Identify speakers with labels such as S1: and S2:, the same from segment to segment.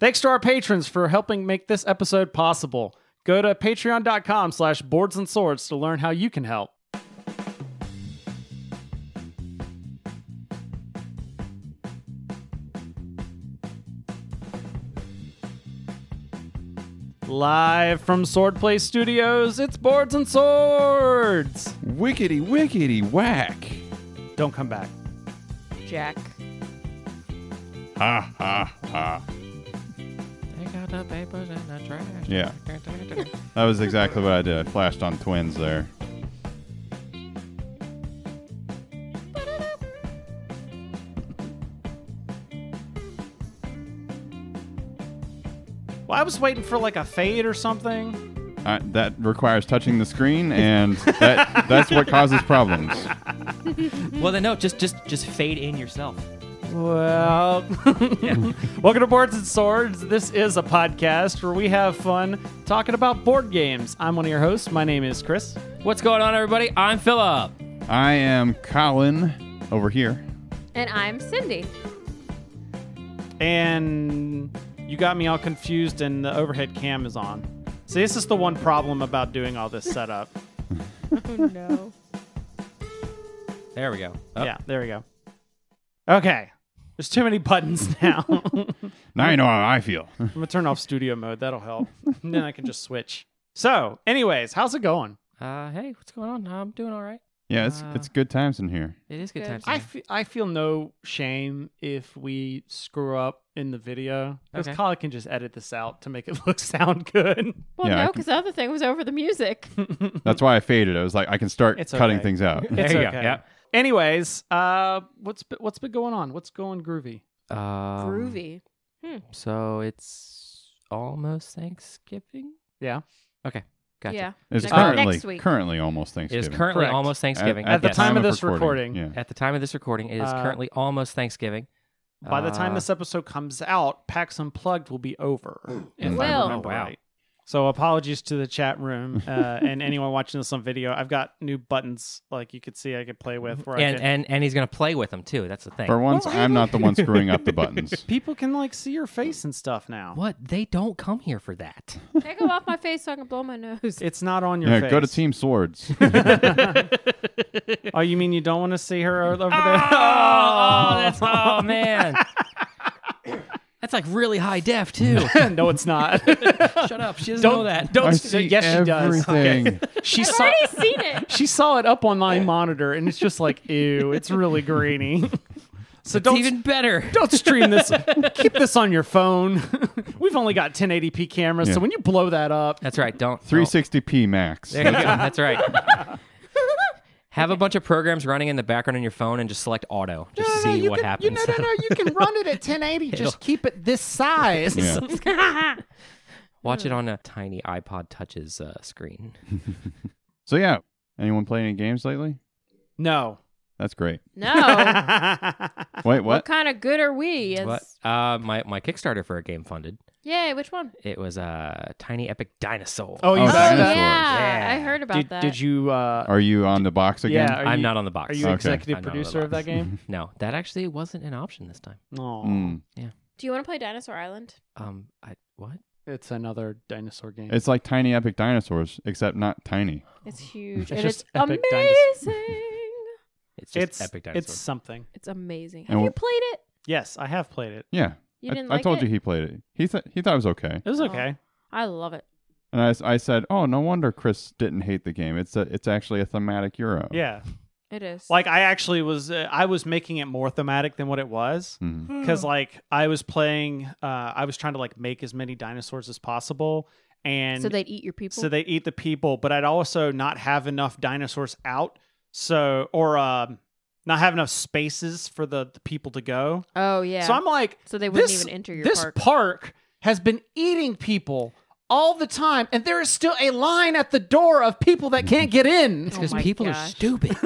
S1: Thanks to our patrons for helping make this episode possible. Go to patreon.com slash boards and swords to learn how you can help. Live from Swordplay Studios, it's Boards and Swords!
S2: Wickety, wickety, whack.
S1: Don't come back.
S3: Jack.
S2: Ha, ha, ha.
S4: Take out the papers in the trash.
S2: Yeah. That was exactly what I did. I flashed on twins there.
S1: Well, I was waiting for like a fade or something.
S2: I, that requires touching the screen, and that that's what causes problems.
S4: Well, then no, just just just fade in yourself.
S1: Well, welcome to Boards and Swords. This is a podcast where we have fun talking about board games. I'm one of your hosts. My name is Chris.
S4: What's going on, everybody? I'm Philip.
S2: I am Colin over here.
S3: And I'm Cindy.
S1: And you got me all confused, and the overhead cam is on. See, this is the one problem about doing all this setup.
S3: Oh no.
S4: There we go. Oh. Up.
S1: Yeah, there we go. Okay, there's too many buttons now. I'm
S2: Now you know how I feel.
S1: going to turn off studio mode. That'll help. And then I can just switch. So, anyways, how's it going?
S4: Uh, hey, what's going on? I'm doing all right.
S2: Yeah, it's
S4: Uh,
S2: it's good times in here.
S4: It is good
S3: Good.
S4: times.
S1: I
S4: here.
S1: fe- I feel no shame if we screw up in the video because
S4: Okay.
S1: Kyle can just edit this out to make it look sound good.
S3: Well,
S2: Yeah, I
S3: no,
S2: can- Um,
S3: because the other thing was over the music.
S2: That's why I faded. I was like, I can start
S1: It's
S2: cutting
S1: okay.
S2: things out.
S1: It's
S4: you go.
S1: okay.
S4: Yep.
S1: Anyways, uh, what's be- what's been going on? What's going groovy?
S4: Um,
S3: Groovy.
S4: So it's almost Thanksgiving.
S1: Yeah.
S4: Gotcha.
S3: Yeah.
S2: It's
S3: Next-
S2: currently
S3: next week.
S2: currently almost
S4: It is
S2: Thanksgiving.
S4: currently
S1: Correct.
S4: almost Thanksgiving.
S1: At the
S4: yes.
S1: time of
S2: of
S1: this recording.
S2: Yeah.
S4: At the time of this recording, it is
S1: Uh,
S4: currently almost Thanksgiving.
S1: By the time
S4: Uh,
S1: this episode comes out, PAX Unplugged will be over. If I
S3: Well.
S1: remember
S4: Oh, wow.
S1: right. So apologies to the chat room uh, and anyone watching this on video. I've got new buttons like you could see I could play with. Where I
S4: Mm-hmm. and,
S1: can,
S4: and and he's gonna play with them too. That's the thing.
S2: For once, I'm not the one screwing up the buttons.
S1: people can like see your face and stuff now.
S4: what? They don't come here for that.
S3: Take them off my face so I can blow my nose.
S1: It's not on your
S2: Yeah,
S1: face.
S2: go to Team Swords.
S1: Oh, you mean you don't want to see her over there?
S4: Oh, that's oh man. That's like really high def too.
S1: Oh, no, it's not.
S4: Shut up. She doesn't
S1: Don't-
S4: know that.
S1: don't-
S2: I
S1: Yes,
S2: see
S1: she does.
S2: everything.
S1: she
S3: I've
S1: saw
S3: already seen it.
S1: she saw it up on my monitor, and it's just like, ew, it's really grainy. So
S4: It's
S1: don't
S4: even better.
S1: don't stream this. Keep this on your phone. We've only got 1080p cameras, so
S2: Yeah.
S1: when you blow that up,
S4: That's right. Don't. don't.
S2: 360p max.
S4: There you go. That's right. Have a bunch of programs running in the background on your phone and just select auto. Just see
S1: you
S4: what
S1: can,
S4: happens.
S1: You, no, no, no, you can run it at 1080. just keep it this size.
S2: Yeah.
S4: Watch it on a tiny iPod Touch's uh, screen.
S2: So yeah, anyone play any games lately?
S1: No.
S2: That's great.
S3: No.
S2: Wait,
S3: what
S2: what?
S3: kind of good are we? As...
S4: What? Uh, my my Kickstarter for a game funded.
S3: Yay, which one?
S4: It was uh, Tiny Epic Dinosaur.
S1: Oh, you
S2: Oh,
S3: Oh,
S1: got
S3: yeah.
S2: dinosaurs.
S1: it?
S4: Yeah.
S3: I heard about
S1: Did,
S3: that.
S1: did you? Uh,
S2: Are you on the box again?
S1: yeah. Are
S4: I'm
S1: you,
S4: not on the box.
S1: Are you
S2: Okay.
S1: executive
S4: I'm not on the
S1: producer of that
S4: box.
S1: game?
S4: No, that actually wasn't an option this time.
S1: No.
S2: Mm.
S3: Do you want to play Dinosaur Island?
S4: Um, I what?
S1: It's another dinosaur game.
S2: It's like Tiny Epic Dinosaurs, except not tiny.
S3: It's
S1: It's
S3: huge. and
S1: just
S3: it's
S1: epic
S3: amazing.
S1: dinosaur.
S4: It's just Epic Dinosaur.
S1: It's something.
S3: It's amazing.
S2: And
S3: Have you
S2: we'll-
S3: played it?
S1: Yes, I have played it.
S2: Yeah,
S3: You
S2: I,
S3: didn't
S2: I
S3: like
S2: told
S3: it?
S2: you he played it. He said he thought it was okay,
S1: It was
S3: Oh.
S1: okay.
S3: I love it.
S2: and I, s- I said, oh, no wonder Chris didn't hate the game. It's a, it's actually a thematic euro.
S1: Yeah,
S3: It is.
S1: like I actually was. Uh, I was making it more thematic than what it was
S2: Mhm.
S3: Hmm.
S1: because, like, I was playing. Uh, I was trying to like make as many dinosaurs as possible, and
S3: so they'd eat your people.
S1: so they eat the people. But I'd also not have enough dinosaurs out, so or um, not have enough spaces for the, the people to go.
S3: oh yeah.
S1: So I'm like,
S3: So they wouldn't
S1: This-
S3: even enter your
S1: this
S3: park.
S1: has been eating people all the time, and there is still a line at the door of people that can't get in.
S3: Oh
S4: because
S3: my
S4: people are
S3: gosh.
S4: stupid.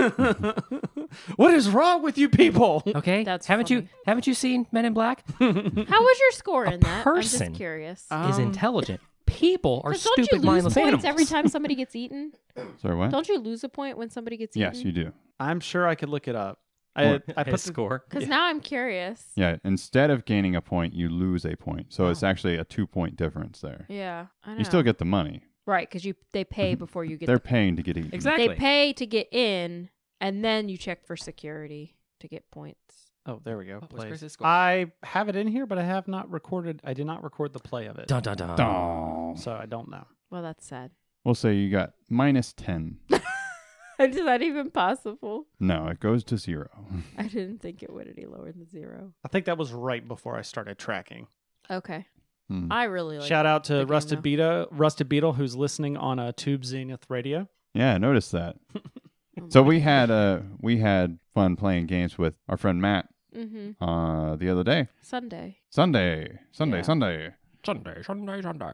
S1: what is wrong with you people?
S4: Okay,
S3: That's
S4: haven't you
S3: funny.
S4: haven't you seen Men in Black?
S3: How was your score
S4: A
S3: in that? I'm
S4: person.
S3: just curious.
S4: is
S1: Um,
S4: intelligent. People are
S3: 'Cause Oh. don't you
S4: stupid,
S3: lose
S4: mindless
S3: points
S4: animals.
S3: every time somebody gets eaten?
S2: Sorry, what?
S3: Don't you lose a point when somebody gets
S2: yes,
S3: eaten?
S2: you do.
S1: I'm sure I could look it up. I,
S2: What?
S1: I put the,
S4: score.
S3: Because now I'm curious.
S2: Yeah, instead of gaining a point, you lose a point. So it's actually a two point difference there.
S3: Yeah, I know.
S2: You still get the money.
S3: right because you they pay before you get.
S2: They're
S3: the-
S2: paying to get eaten.
S4: Exactly.
S3: They pay to get in, and then you check for security to get points.
S1: Oh, there we go.
S4: What was
S1: Plays.
S4: Chris's score?
S1: I have it in here, but I have not recorded. I did not record the play of it,
S4: Dun dun dun.
S2: Aw.
S1: so I don't know.
S3: Well, that's sad.
S2: We'll say you got minus 10.
S3: Is that even possible?
S2: No, it goes to zero.
S3: I didn't think it would any lower than zero.
S1: I think that was right before I started tracking.
S3: Okay.
S2: Hmm.
S3: I really like
S1: Shout out
S3: the
S1: to
S3: game,
S1: Rusted
S3: though.
S1: Beetle, Rusted Beetle, who's listening on a Tube Zenith radio.
S2: Yeah, I noticed that.
S3: Oh
S2: So we had uh we had fun playing games with our friend Matt
S3: Mm-hmm.
S2: uh the other day.
S3: Sunday.
S2: Sunday, Sunday,
S3: Yeah.
S2: Sunday.
S4: Sunday, Sunday, Sunday.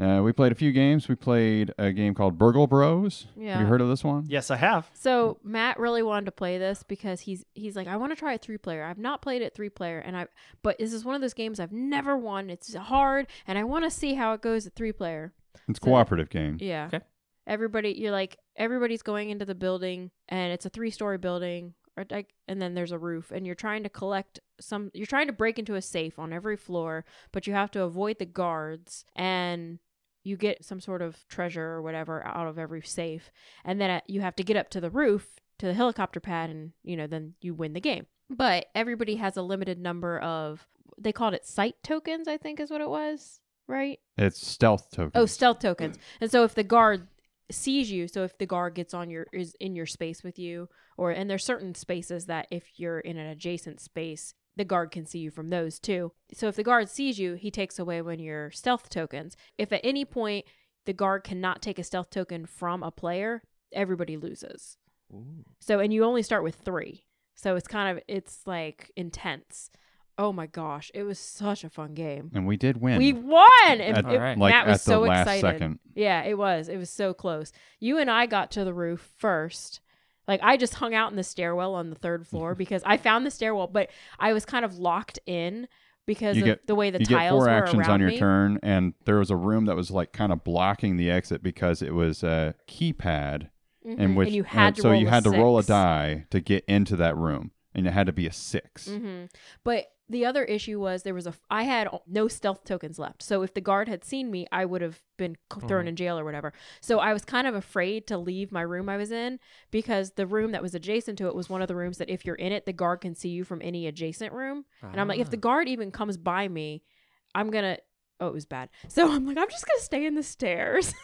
S2: Uh, we played a few games. We played a game called Burgle Bros.
S3: Yeah.
S2: Have you heard of this one?
S1: Yes, I have.
S3: So Matt really wanted to play this because he's he's like I want to try a three player. I've not played it three player, and I but this is one of those games I've never won. It's hard, and I want to see how it goes at three player.
S2: It's a
S3: So-
S2: cooperative game.
S3: Yeah.
S4: Okay.
S3: Everybody, you're like everybody's going into the building, and it's a three story building, or like, and then there's a roof, and you're trying to collect some. You're trying to break into a safe on every floor, but you have to avoid the guards and. You get some sort of treasure or whatever out of every safe, and then uh, you have to get up to the roof to the helicopter pad, and you know then you win the game. But everybody has a limited number of they called it sight tokens, I think is what it was, right?
S2: It's stealth token.
S3: Oh, stealth tokens. And so if the guard sees you, so if the guard gets on your is in your space with you, or and there's certain spaces that if you're in an adjacent space, the guard can see you from those too. So if the guard sees you, he takes away one of your stealth tokens. If at any point the guard cannot take a stealth token from a player, everybody loses. So and you only start with three. So it's kind of it's like intense. Oh my gosh, it was such a fun game.
S2: and we did win.
S3: We won. And
S2: At-
S3: it-
S4: Alright.
S2: like
S3: Matt was
S2: at the
S3: so
S2: last
S3: excited.
S2: second.
S3: yeah, it was. It was so close. You and I got to the roof first. Like I just hung out in the stairwell on the third floor because I found the stairwell, but I was kind of locked in because
S2: You
S3: of
S2: get-
S3: the way the
S2: you get
S3: tiles
S2: four
S3: were
S2: actions
S3: around
S2: on your
S3: me.
S2: turn, and there was a room that was like kind of blocking the exit because it was a keypad,
S3: Mhm.
S2: in which
S3: and you had
S2: and
S3: to
S2: so
S3: roll
S2: you
S3: a
S2: had to roll a
S3: six.
S2: die to get into that room, and it had to be a 6
S3: hmm But the other issue was there was a I had no stealth tokens left. So if the guard had seen me, I would have been c- thrown in jail or whatever. So I was kind of afraid to leave my room I was in because the room that was adjacent to it was one of the rooms that if you're in it, the guard can see you from any adjacent room. And I'm like, if the
S4: Ah.
S3: guard even comes by me, I'm gonna. Oh, it was bad. So I'm like, I'm just gonna stay in the stairs.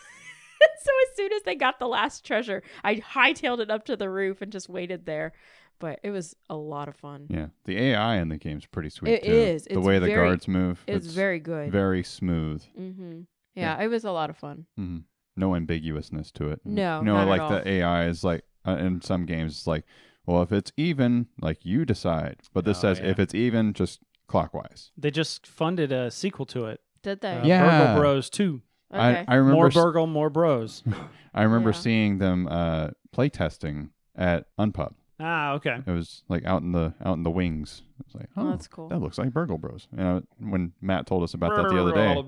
S3: so as soon as they got the last treasure, I hightailed it up to the roof and just waited there. But it was a lot of fun.
S2: Yeah, the AI in the game's pretty sweet.
S3: It
S2: too.
S3: is.
S2: the
S3: It's
S2: way the
S3: very-
S2: guards move.
S3: It's, very good.
S2: very smooth.
S3: mm-hmm. yeah, it was a lot of fun.
S2: Mhm. No ambiguousness to it.
S3: No,
S2: no,
S3: not at
S2: like
S3: all.
S2: the AI is like uh, in some games, it's like, well, if it's even, like you decide. But this
S4: Oh,
S2: says
S4: yeah.
S2: if it's even, just clockwise.
S1: They just funded a sequel to it.
S3: Did they?
S1: uh,
S2: Yeah.
S1: Burgle Bros Two.
S3: Okay.
S2: I, I remember.
S1: More
S2: s-
S1: Burgle, more Bros.
S2: I remember
S3: Yeah.
S2: seeing them uh, play testing at Unpub.
S1: ah, okay.
S2: It was like out in the out in the wings. I was like,
S3: Oh,
S2: oh,
S3: that's cool.
S2: That looks like Burgle Bros. You know, when Matt told us about that the other day,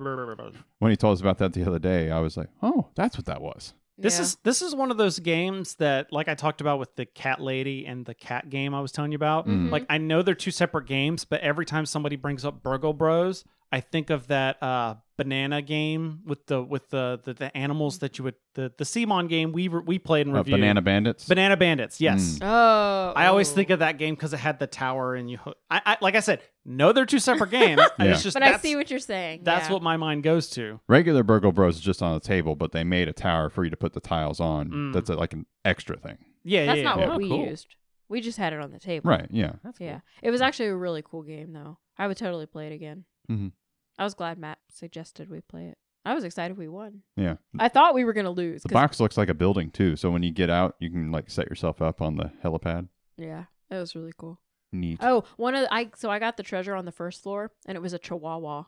S2: when he told us about that the other day, I was like, oh, that's what that was.
S1: This
S3: Yeah.
S1: is this is one of those games that, like I talked about with the cat lady and the cat game I was telling you about.
S2: Mm-hmm.
S3: Mhm.
S1: Like I know they're two separate games, but every time somebody brings up Burgle Bros, I think of that uh, banana game with the with the, the the animals that you would the the Simon game we re- we played and
S2: Uh,
S1: reviewed.
S2: Banana Mm. Bandits.
S1: Banana Bandits. Yes.
S3: Oh,
S1: I always think of that game because it had the tower and you. hook- I, I like I said, no, they're two separate games.
S2: Yeah.
S1: It's just
S3: But I
S1: that's,
S3: see what you're saying.
S1: that's
S3: yeah.
S1: what my mind goes to.
S2: Regular Burgle Bros is just on the table, but they made a tower for you to put the tiles on.
S1: Mm.
S2: That's uh, like an extra thing.
S1: Yeah,
S3: That's
S1: yeah,
S3: not
S1: yeah.
S3: what
S4: Oh,
S3: we
S4: cool.
S3: used. We just had it on the table.
S2: Right, yeah.
S4: That's
S3: Yeah. It was actually a really cool game, though. I would totally play it again.
S1: Mm-hmm.
S2: Mhm.
S3: I was glad Matt suggested we play it. I was excited we won.
S2: Yeah.
S3: I thought we were going to lose.
S2: The
S3: 'cause-
S2: box looks like a building too, so when you get out, you can like set yourself up on the helipad.
S3: Yeah. It was really cool.
S2: Neat.
S3: Oh, one of the, I so I got the treasure on the first floor, and it was a chihuahua.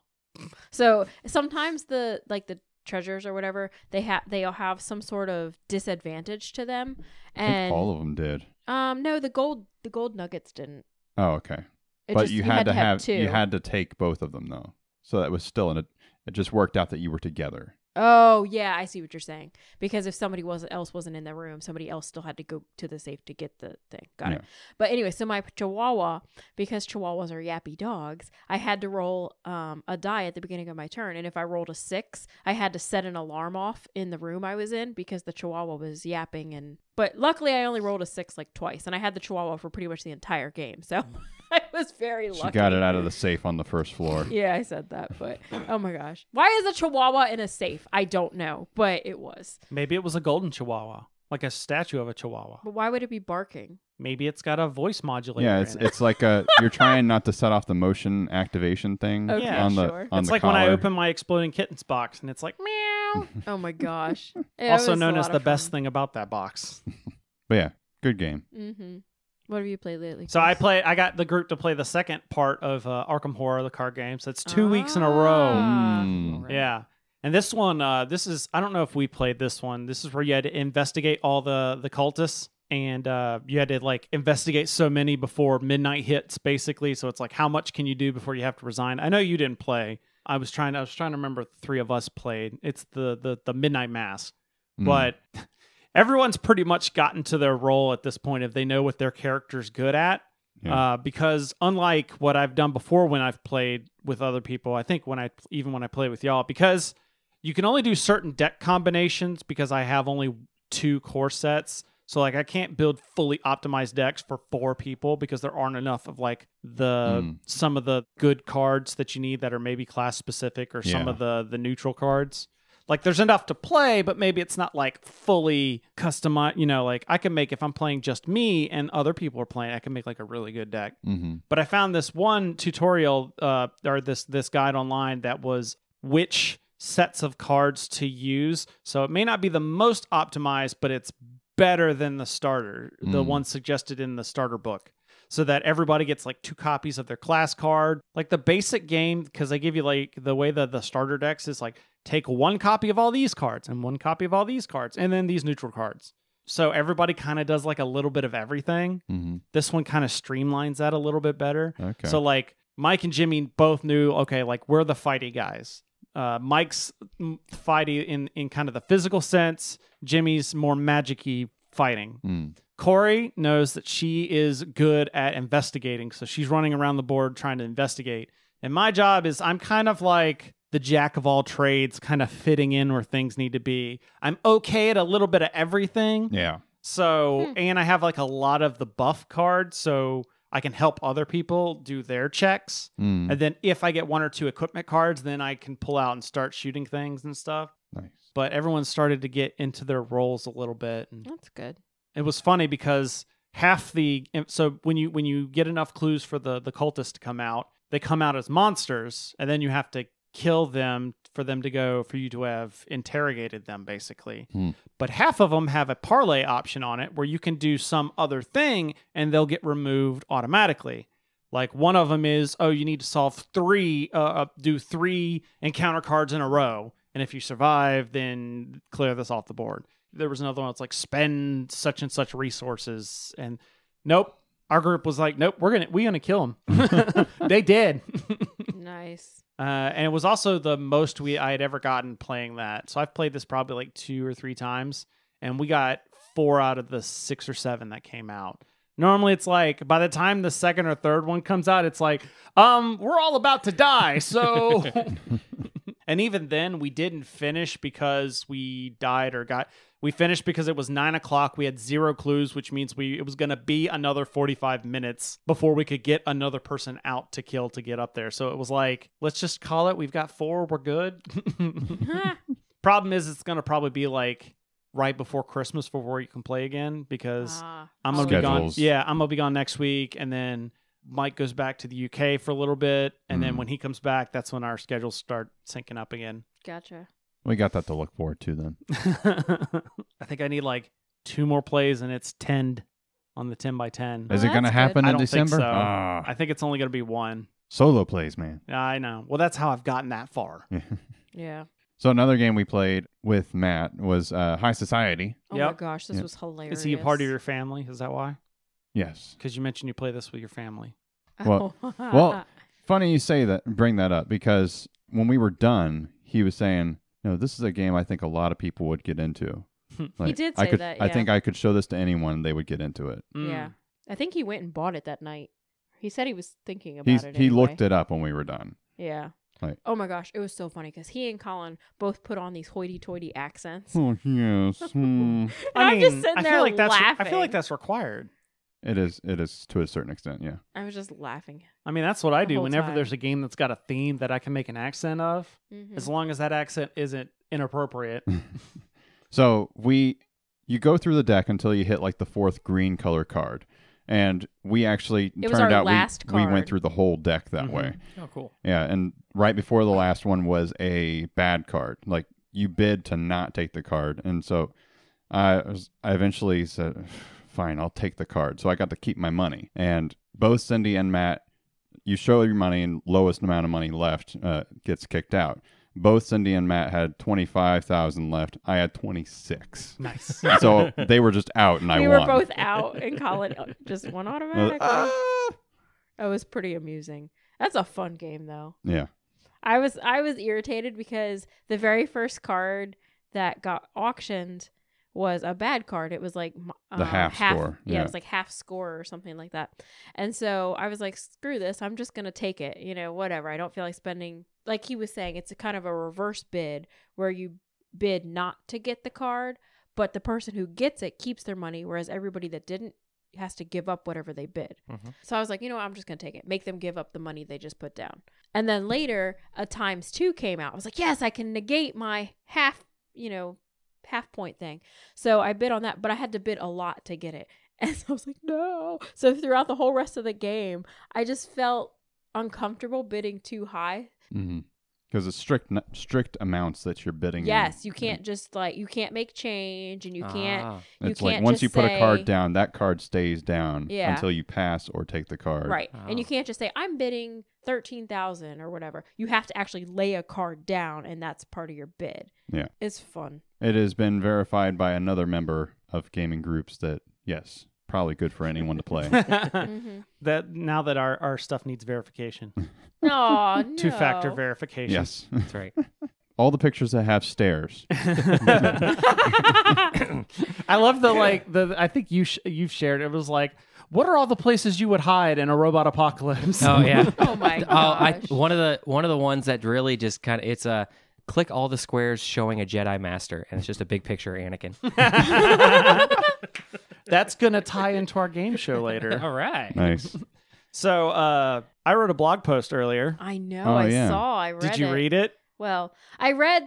S3: So sometimes the like the treasures or whatever they have they'll have some sort of disadvantage to them,
S2: I think
S3: and
S2: all of them did.
S3: um no the gold the gold nuggets didn't.
S2: Oh, okay.
S3: It
S2: but
S3: just,
S2: you, had, to have,
S3: two.
S2: you had to take both of them though, so that was still in a. It just worked out that you were together.
S3: Oh yeah, I see what you're saying. Because if somebody was else wasn't in the room, somebody else still had to go to the safe to get the thing. Got it. But anyway, so my Chihuahua, because Chihuahuas are yappy dogs, I had to roll um, a die at the beginning of my turn, and if I rolled a six, I had to set an alarm off in the room I was in because the Chihuahua was yapping. And but luckily, I only rolled a six like twice, and I had the Chihuahua for pretty much the entire game, so I was very lucky.
S2: She got it out of the safe on the first floor.
S3: Yeah, I said that, but oh my gosh. Why is a chihuahua in a safe? I don't know, but it was.
S1: Maybe it was a golden chihuahua, like a statue of a chihuahua.
S3: But why would it be barking?
S1: Maybe it's got a voice modulator.
S2: yeah, it's
S1: in it.
S2: it's like a you're trying not to set off the motion activation thing
S3: Okay,
S2: on the
S3: sure.
S2: on
S1: It's
S2: the
S1: like
S2: collar.
S1: when I open my exploding kittens box and it's like meow.
S3: Oh my gosh. It
S1: also
S3: was
S1: known
S3: a
S1: as
S3: lot
S1: the
S3: of
S1: best
S3: fun.
S1: thing about that box.
S2: But yeah, good game.
S3: Mm-hmm. What have you played lately?
S1: So I
S3: Chris?
S1: play. I got the group to play the second part of uh, Arkham Horror, the card game. So it's two weeks in a row.
S3: Ah.
S2: Mm.
S1: Yeah. And this one, uh, this is I don't know if we played this one. This is where you had to investigate all the the cultists, and uh, you had to like investigate so many before midnight hits, basically. So it's like how much can you do before you have to resign? I know you didn't play. I was trying. I was trying to remember. if the Three of us played. It's the the the midnight mass
S2: Mm.
S1: but everyone's pretty much gotten to their role at this point if they know what their character's good at.
S2: Yeah.
S1: Uh, because unlike what I've done before when I've played with other people, I think when I even when I play with y'all, because you can only do certain deck combinations because I have only two core sets. So like I can't build fully optimized decks for four people because there aren't enough of like the
S2: Mm.
S1: some of the good cards that you need that are maybe class specific or some
S2: Yeah.
S1: of the the neutral cards like there's enough to play but maybe it's not like fully customized you know like i can make if i'm playing just me and other people are playing i can make like a really good deck
S2: Mhm.
S1: but i found this one tutorial uh, or this this guide online that was which sets of cards to use so it may not be the most optimized but it's better than the starter the
S2: Mm.
S1: one suggested in the starter book so that everybody gets like two copies of their class card. Like the basic game, because they give you like the way that the starter decks is like take one copy of all these cards and one copy of all these cards and then these neutral cards. So everybody kind of does like a little bit of everything.
S2: Mhm.
S1: This one kind of streamlines that a little bit better.
S2: Okay.
S1: So like Mike and Jimmy both knew, okay, like we're the fighty guys. Uh, Mike's mm, fighty in in kind of the physical sense. Jimmy's more magic-y fighting.
S2: Mm.
S1: Corey knows that she is good at investigating, so she's running around the board trying to investigate. And my job is I'm kind of like the jack of all trades, kind of fitting in where things need to be. I'm okay at a little bit of everything.
S2: Yeah.
S1: So,
S3: Hmm.
S1: and I have like a lot of the buff cards, so I can help other people do their checks.
S2: Mm.
S1: And then if I get one or two equipment cards, then I can pull out and start shooting things and stuff.
S2: Nice.
S1: But everyone started to get into their roles a little bit. And
S3: That's good.
S1: it was funny because half the so when you when you get enough clues for the the cultists to come out they come out as monsters and then you have to kill them for them to go for you to have interrogated them basically
S2: Hmm.
S1: but half of them have a parlay option on it where you can do some other thing and they'll get removed automatically like one of them is oh you need to solve three uh, uh do three encounter cards in a row and if you survive then clear this off the board there was another one that's like spend such and such resources and nope our group was like nope we're gonna we're gonna kill them they did
S3: Nice.
S1: uh, and it was also the most we i had ever gotten playing that so i've played this probably like two or three times and we got four out of the six or seven that came out normally it's like by the time the second or third one comes out it's like um we're all about to die so and even then we didn't finish because we died or got we finished because it was nine o'clock we had zero clues which means we it was going to be another 45 minutes before we could get another person out to kill to get up there so it was like let's just call it we've got four we're good problem is it's going to probably be like right before christmas before you can play again because
S3: Ah,
S1: I'm gonna be gone.
S2: Schedules.
S1: Yeah, I'm gonna be gone next week, and then Mike goes back to the UK for a little bit, and then
S2: Mm.
S1: when he comes back, that's when our schedules start syncing up again.
S3: Gotcha.
S2: We got that to look forward to then.
S1: I think I need like two more plays, and it's ten on the ten by ten.
S3: Well,
S2: Is it going to
S3: that's
S2: happen
S1: good. I
S2: in
S1: don't think
S2: December?
S1: so.
S2: Ah,
S1: I think it's only gonna be one.
S2: solo plays, man.
S1: I know. Well, that's how I've gotten that far.
S3: Yeah.
S2: so another game we played with Matt was uh, High Society.
S3: Oh my
S1: Yep.
S3: gosh, this
S2: Yep.
S3: was hilarious.
S1: Is he a part of your family? Is that why?
S2: Yes.
S1: Because you mentioned you play this with your family.
S2: Well-
S3: Oh.
S2: well- Funny you say that, bring that up because when we were done, he was saying, no, this is a game I think a lot of people would get into. like,
S3: did
S2: I
S3: say
S2: could,
S3: that,
S2: I
S3: yeah.
S2: think I could show this to anyone and they would get into it.
S1: Mm.
S3: Yeah. I think he went and bought it that night. He said he was thinking about
S2: He's,
S3: it.
S2: he
S3: anyway.
S2: looked it up when we were done.
S3: Yeah.
S2: Like-
S3: oh my gosh, it was so funny because he and Colin both put on these hoity-toity accents.
S2: Oh yes, hmm.
S3: And I'm just sitting
S1: I
S3: there
S1: feel like that's I
S3: laughing.
S1: feel like that's required.
S2: it is. It is to a certain extent. Yeah.
S3: I was just laughing.
S1: I mean, that's what I
S3: The
S1: do
S3: whole
S1: whenever
S3: time.
S1: there's a game that's got a theme that I can make an accent of,
S3: Mhm.
S1: as long as that accent isn't inappropriate.
S2: Hmm. So we, you go through the deck until you hit like the fourth green color card, and we actually
S3: It was
S2: turned
S3: our
S2: out
S3: last
S2: we, we went
S3: card.
S2: through the whole deck that way.
S4: Oh, cool.
S2: Yeah, and right before the last one was a bad card. Like you bid to not take the card, and so I was, I eventually said, "Fine, I'll take the card." So I got to keep my money, and both Cindy and Matt, you show your money, and lowest amount of money left uh, gets kicked out. Both Cindy and Matt had twenty five thousand left. I had twenty six,
S1: nice.
S2: so they were just out, and I
S3: we
S2: won.
S3: were both out and Colin just won
S2: I was like,
S3: automatically.
S2: "Ah!"
S3: That was pretty amusing. That's a fun game though.
S2: Yeah,
S3: I was I was irritated because the very first card that got auctioned was a bad card. It was like m- uh,
S2: half score,
S3: Yeah,
S2: yeah.
S3: it was like half score or something like that. And so I was like, screw this. I'm just gonna take it. You know, whatever. I don't feel like spending. Like he was saying, it's a kind of a reverse bid where you bid not to get the card, but the person who gets it keeps their money, whereas everybody that didn't has to give up whatever they bid.
S4: Mhm.
S3: So I was like, you know what? I'm just going to take it. Make them give up the money they just put down. And then later, a times two came out. I was like, yes, I can negate my half, you know, half point thing. So I bid on that, but I had to bid a lot to get it. And so I was like, no. So throughout the whole rest of the game, I just felt uncomfortable bidding too high
S2: because mm-hmm. it's strict strict amounts that you're bidding. in.
S3: Yes, you can't just like you can't make change and you can't
S4: Ah,
S3: you
S2: It's
S3: can't
S2: like once
S3: just
S2: you put
S3: say-
S2: a card down, that card stays down
S3: Yeah.
S2: until you pass or take the card.
S3: right. And
S1: Ah.
S3: you
S4: Wow.
S3: can't just say I'm bidding 13,000 or whatever. You have to actually lay a card down and that's part of your bid.
S2: Yeah.
S3: It's fun.
S2: It has been verified by another member of gaming groups that yes, probably good for anyone to play.
S1: Mm-hmm.
S3: Mhm.
S1: that now that our, our stuff needs verification,
S2: Hmm.
S3: Aw, no.
S1: two factor verification.
S2: yes.
S4: that's right.
S2: All the pictures that have stairs.
S1: I love the like the. I think you sh- you've shared. It was like, what are all the places you would hide in a robot apocalypse?
S4: Oh yeah.
S3: Oh my
S4: Oh, I,
S3: gosh.
S4: one of the one of the ones that really just kind of it's a click all the squares showing a Jedi master, and it's just a big picture of Anakin.
S1: That's gonna tie into our game show later.
S4: all right.
S2: nice.
S1: So uh, I wrote a blog post earlier.
S3: I know.
S2: Oh,
S3: I
S2: yeah.
S3: saw. I read
S1: Did you
S3: it.
S1: read it?
S3: Well, I read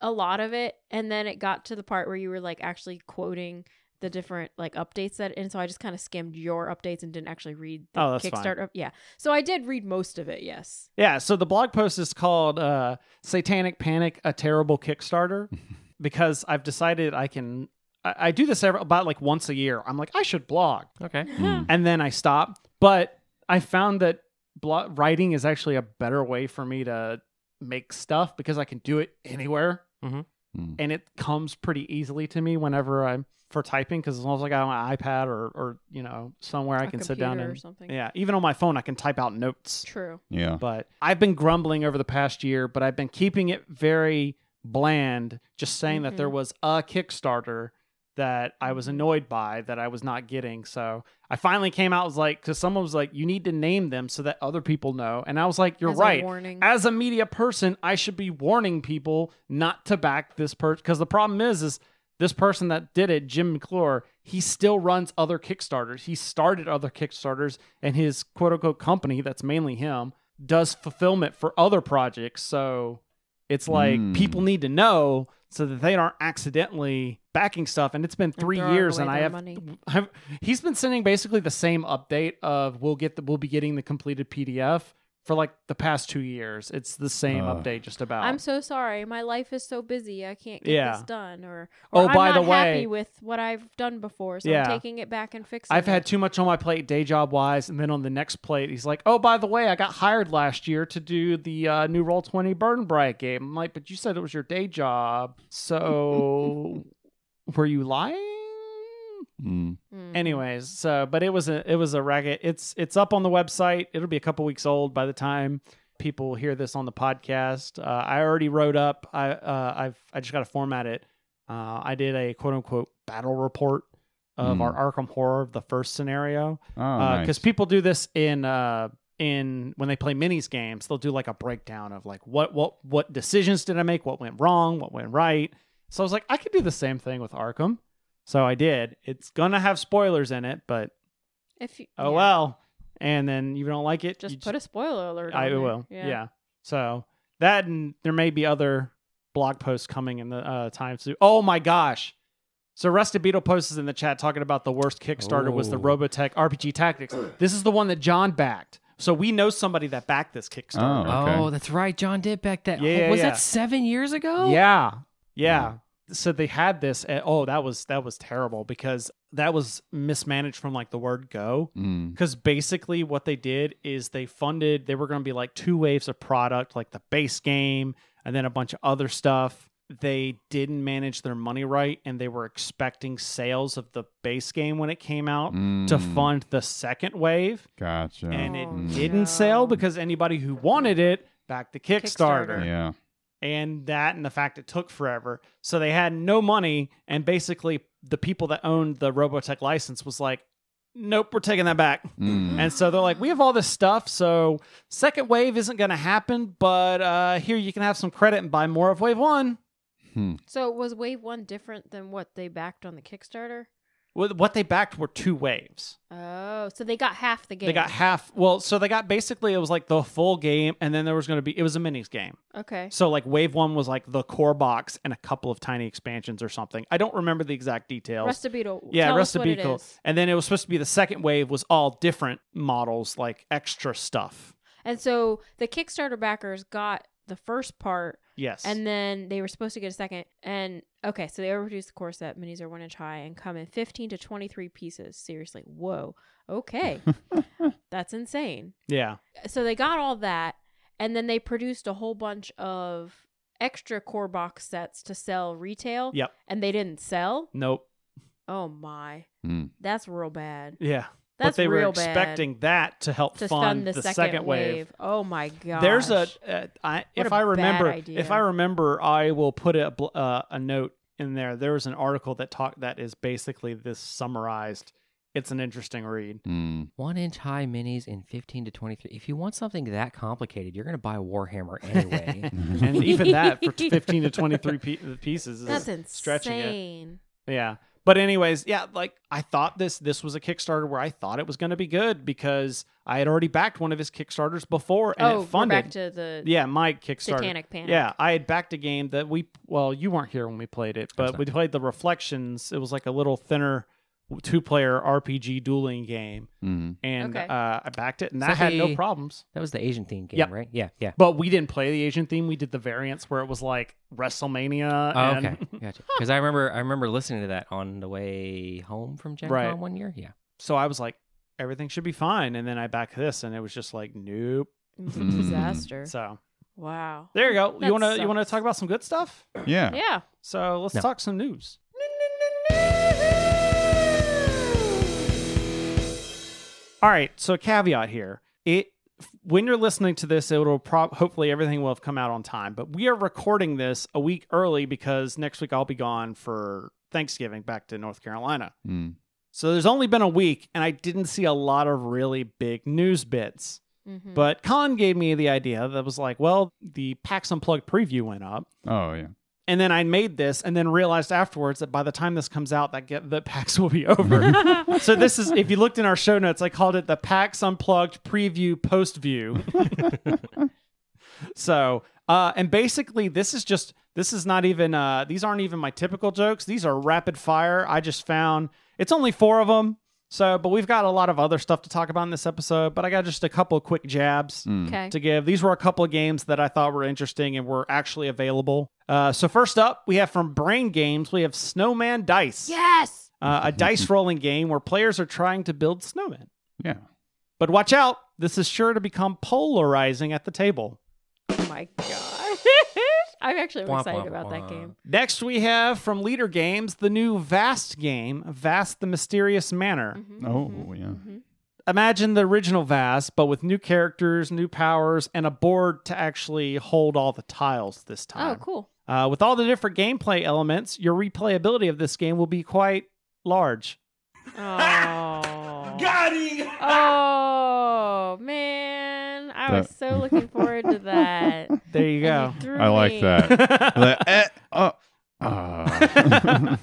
S3: a lot of it, and then it got to the part where you were like actually quoting the different like updates that, and so I just kind of skimmed your updates and didn't actually read the
S1: Oh, that's fine.
S3: Kickstarter. Yeah, so I did read most of it. Yes.
S1: Yeah, so the blog post is called uh, Satanic Panic, a Terrible Kickstarter, because I've decided I can. I, I do this every, about like once a year. I'm like, I should blog.
S4: Okay.
S2: Mm.
S1: And then I stop. But I found that blog, writing is actually a better way for me to make stuff because I can do it anywhere.
S3: Mm-hmm.
S4: Mhm.
S2: Mm.
S1: And it comes pretty easily to me whenever I'm for typing because as long as I got on my iPad or, or you know, somewhere I
S3: A
S1: can sit down
S3: computer or
S1: and.
S3: something.
S1: Yeah, even on my phone, I can type out notes
S3: True.
S2: Yeah.
S1: but I've been grumbling over the past year, but I've been keeping it very bland, just saying that there was a Kickstarter that I was annoyed by that I was not getting. So I finally came out was like cuz someone was like you need to name them so that other people know. And I was like you're
S3: As a
S1: right.
S3: warning.
S1: As a media person, I should be warning people not to back this person cuz the problem is is this person that did it, Jim McClure, he still runs other Kickstarters. He started other Kickstarters, and his quote unquote company, that's mainly him, does fulfillment for other projects. So it's like
S2: Mm.
S1: people need to know so that they aren't accidentally backing stuff. And it's been three
S3: throwing
S1: years,
S3: away
S1: and I
S3: their
S1: have,
S3: money.
S1: I've- he's been sending basically the same update of we'll get the we'll be getting the completed PDF for like the past two years. It's the same
S2: Uh.
S1: update, just about.
S3: I'm so sorry. My life is so busy. I can't get
S1: Yeah.
S3: this done, or,
S1: Oh,
S3: or I'm
S1: by
S3: not
S1: the way-
S3: happy with what I've done before, so
S1: Yeah.
S3: I'm taking it back and fixing.
S1: I've
S3: it.
S1: had too much on my plate, day job wise, and then on the next plate, he's like, "Oh, by the way, I got hired last year to do the uh, new Roll Twenty Burn Bright game." I'm like, "But you said it was your day job, so were you lying?"
S2: Mm.
S3: Mm.
S1: anyways so but it was a it was a racket it's it's up on the website it'll be a couple weeks old by the time people will hear this on the podcast. Uh, I already wrote up. I uh, I've I just got to format it. Uh, I did a quote unquote battle report of
S2: Mm.
S1: our Arkham Horror of the first scenario
S2: Oh,
S1: because
S2: nice.
S1: Uh, people do this in uh, in when they play minis games. They'll do like a breakdown of like what what what decisions did I make, what went wrong, what went right. So I was like, I could do the same thing with Arkham. So I did. It's gonna have spoilers in it, but
S3: If you,
S1: oh
S3: yeah.
S1: well. And then you don't like it,
S3: Just
S1: you
S3: put a spoiler alert. on
S1: I
S3: there.
S1: will. Yeah. So that and there may be other blog posts coming in the uh, time soon. Oh my gosh. So Rusted Beetle posts in the chat talking about the worst Kickstarter was the
S4: Oh.
S1: Robotech RPG Tactics. this is the one that John backed. So we know somebody that backed this Kickstarter.
S2: Okay.
S4: Oh, that's right. John did back that.
S1: Yeah, yeah,
S4: was
S1: yeah.
S4: that seven years ago?
S1: Yeah. Yeah. So they had this at, oh that was that was terrible because that was mismanaged from like the word go.
S2: Mm.
S1: Because basically, what they did is they funded, they were going to be like two waves of product, like the base game and then a bunch of other stuff. They didn't manage their money right and they were expecting sales of the base game when it came out to
S2: Mm.
S1: fund the second wave.
S2: Gotcha.
S1: And it
S3: Oh,
S1: didn't
S3: no.
S1: sell because anybody who wanted it backed the Kickstarter.
S3: Kickstarter.
S2: yeah.
S1: And that and the fact it took forever. So they had no money. And basically, the people that owned the Robotech license was like, nope, we're taking that back.
S2: Mm.
S1: And so they're like, we have all this stuff, so second wave isn't going to happen, but uh, here you can have some credit and buy more of wave one.
S3: So was Wave One different than what they backed on the Kickstarter?
S1: With- What they backed were two waves.
S3: Oh, so they got half the game.
S1: They got half. Well, so they got basically it was like the full game, and then there was going to be it was a minis game.
S3: okay.
S1: So like wave one was like the core box and a couple of tiny expansions or something. I don't remember the exact details.
S3: Rusted Beetle.
S1: yeah,
S3: tell us
S1: Rusted
S3: what it
S1: Beagle.
S3: is.
S1: And then it was supposed to be the second wave was all different models, like extra stuff.
S3: And so the Kickstarter backers got the first part,
S1: Yes.
S3: and then they were supposed to get a second. And okay, so they overproduced the core set. Minis are one inch high and come in 15 to 23 pieces. Seriously, whoa. Okay, that's insane.
S1: yeah.
S3: So they got all that, and then they produced a whole bunch of extra core box sets to sell retail.
S1: Yep.
S3: And they didn't sell.
S1: Nope.
S3: Oh my,
S2: Mm.
S3: that's real bad.
S1: Yeah.
S3: That's
S1: but they
S3: real
S1: were
S3: bad.
S1: expecting that to help
S3: to
S1: fund,
S3: fund
S1: the, second, wave.
S3: Oh my god.
S1: There's a uh, I,
S3: What
S1: if
S3: a
S1: I
S3: bad
S1: remember
S3: idea.
S1: if I remember I will put a bl- uh, a note in there. There was an article that talked that is basically this summarized. It's an interesting read.
S2: Mm.
S4: One inch high minis in 15 to 23. If you want something that complicated, you're going to buy Warhammer anyway.
S1: And even that for 15 to 23 pe- pieces is
S3: That's
S1: stretching it.
S3: insane.
S1: Yeah. But anyways, yeah, like I thought this this was a Kickstarter where I thought it was going to be good because I had already backed one of his Kickstarters before and
S3: oh,
S1: it
S3: we're
S1: funded.
S3: back to the
S1: yeah, my Kickstarter.
S3: satanic panic.
S1: Yeah, I had backed a game that we well, you weren't here when we played it, but
S4: not.
S1: we played the Reflections. It was like a little thinner two-player RPG dueling game,
S2: Mm.
S1: and
S3: Okay.
S1: uh, I backed it, and
S4: Is
S1: that
S4: that
S1: had no
S4: the-
S1: problems.
S4: that was the Asian theme game,
S1: Yep.
S4: right? Yeah, yeah.
S1: But we didn't play the Asian theme. We did the variants where it was like WrestleMania.
S4: Oh,
S1: Uh, and,
S4: okay, gotcha. Because I remember, I remember listening to that on the way home from Gen
S1: Right.
S4: Con one year. Yeah,
S1: So I was like, everything should be fine, and then I backed this, and it was just like, nope.
S3: It was a disaster.
S1: So
S3: Wow.
S1: there you go.
S3: That
S1: you wanna you wanna
S3: sucks.
S1: talk about some good stuff?
S2: Yeah.
S3: Yeah.
S1: So let's
S4: No.
S1: talk some news. All right, so a caveat here. It when you're listening to this, it'll prob hopefully everything will have come out on time, but we are recording this a week early because next week I'll be gone for Thanksgiving back to North Carolina.
S2: Mm.
S1: So there's only been a week and I didn't see a lot of really big news bits.
S3: Mhm.
S1: But Colin gave me the idea that was like, well, the PAX Unplugged preview went up.
S2: Oh yeah.
S1: And then I made this and then realized afterwards that by the time this comes out, that get, the PAX will be over. so this is, if you looked in our show notes, I called it the PAX Unplugged preview post view. so, uh, and basically this is just, this is not even, uh, these aren't even my typical jokes. These are rapid fire. I just found it's only four of them. So, but we've got a lot of other stuff to talk about in this episode, but I got just a couple of quick jabs
S2: Mm.
S3: okay.
S1: to give. These were a couple of games that I thought were interesting and were actually available. Uh, so first up, we have from Brain Games, we have Snowman Dice,
S3: yes.
S1: uh, a dice rolling game where players are trying to build snowmen.
S2: Yeah.
S1: But watch out, this is sure to become polarizing at the table.
S3: Oh my god. I'm actually
S4: Womp,
S3: excited
S4: womp,
S3: about that
S4: womp.
S3: game.
S1: Next, we have from Leader Games the new Vast game, Vast the Mysterious Manor.
S3: Mhm,
S2: Oh,
S3: mhm,
S2: yeah.
S3: mhm.
S1: Imagine the original Vast, but with new characters, new powers, and a board to actually hold all the tiles this time.
S3: Oh, cool.
S1: Uh, with all the different gameplay elements, your replayability of this game will be quite large.
S3: Oh. Got Oh man, I was so looking forward to that.
S1: There you go.
S3: Threw
S2: I like
S3: me.
S2: that. The, eh, oh, ah.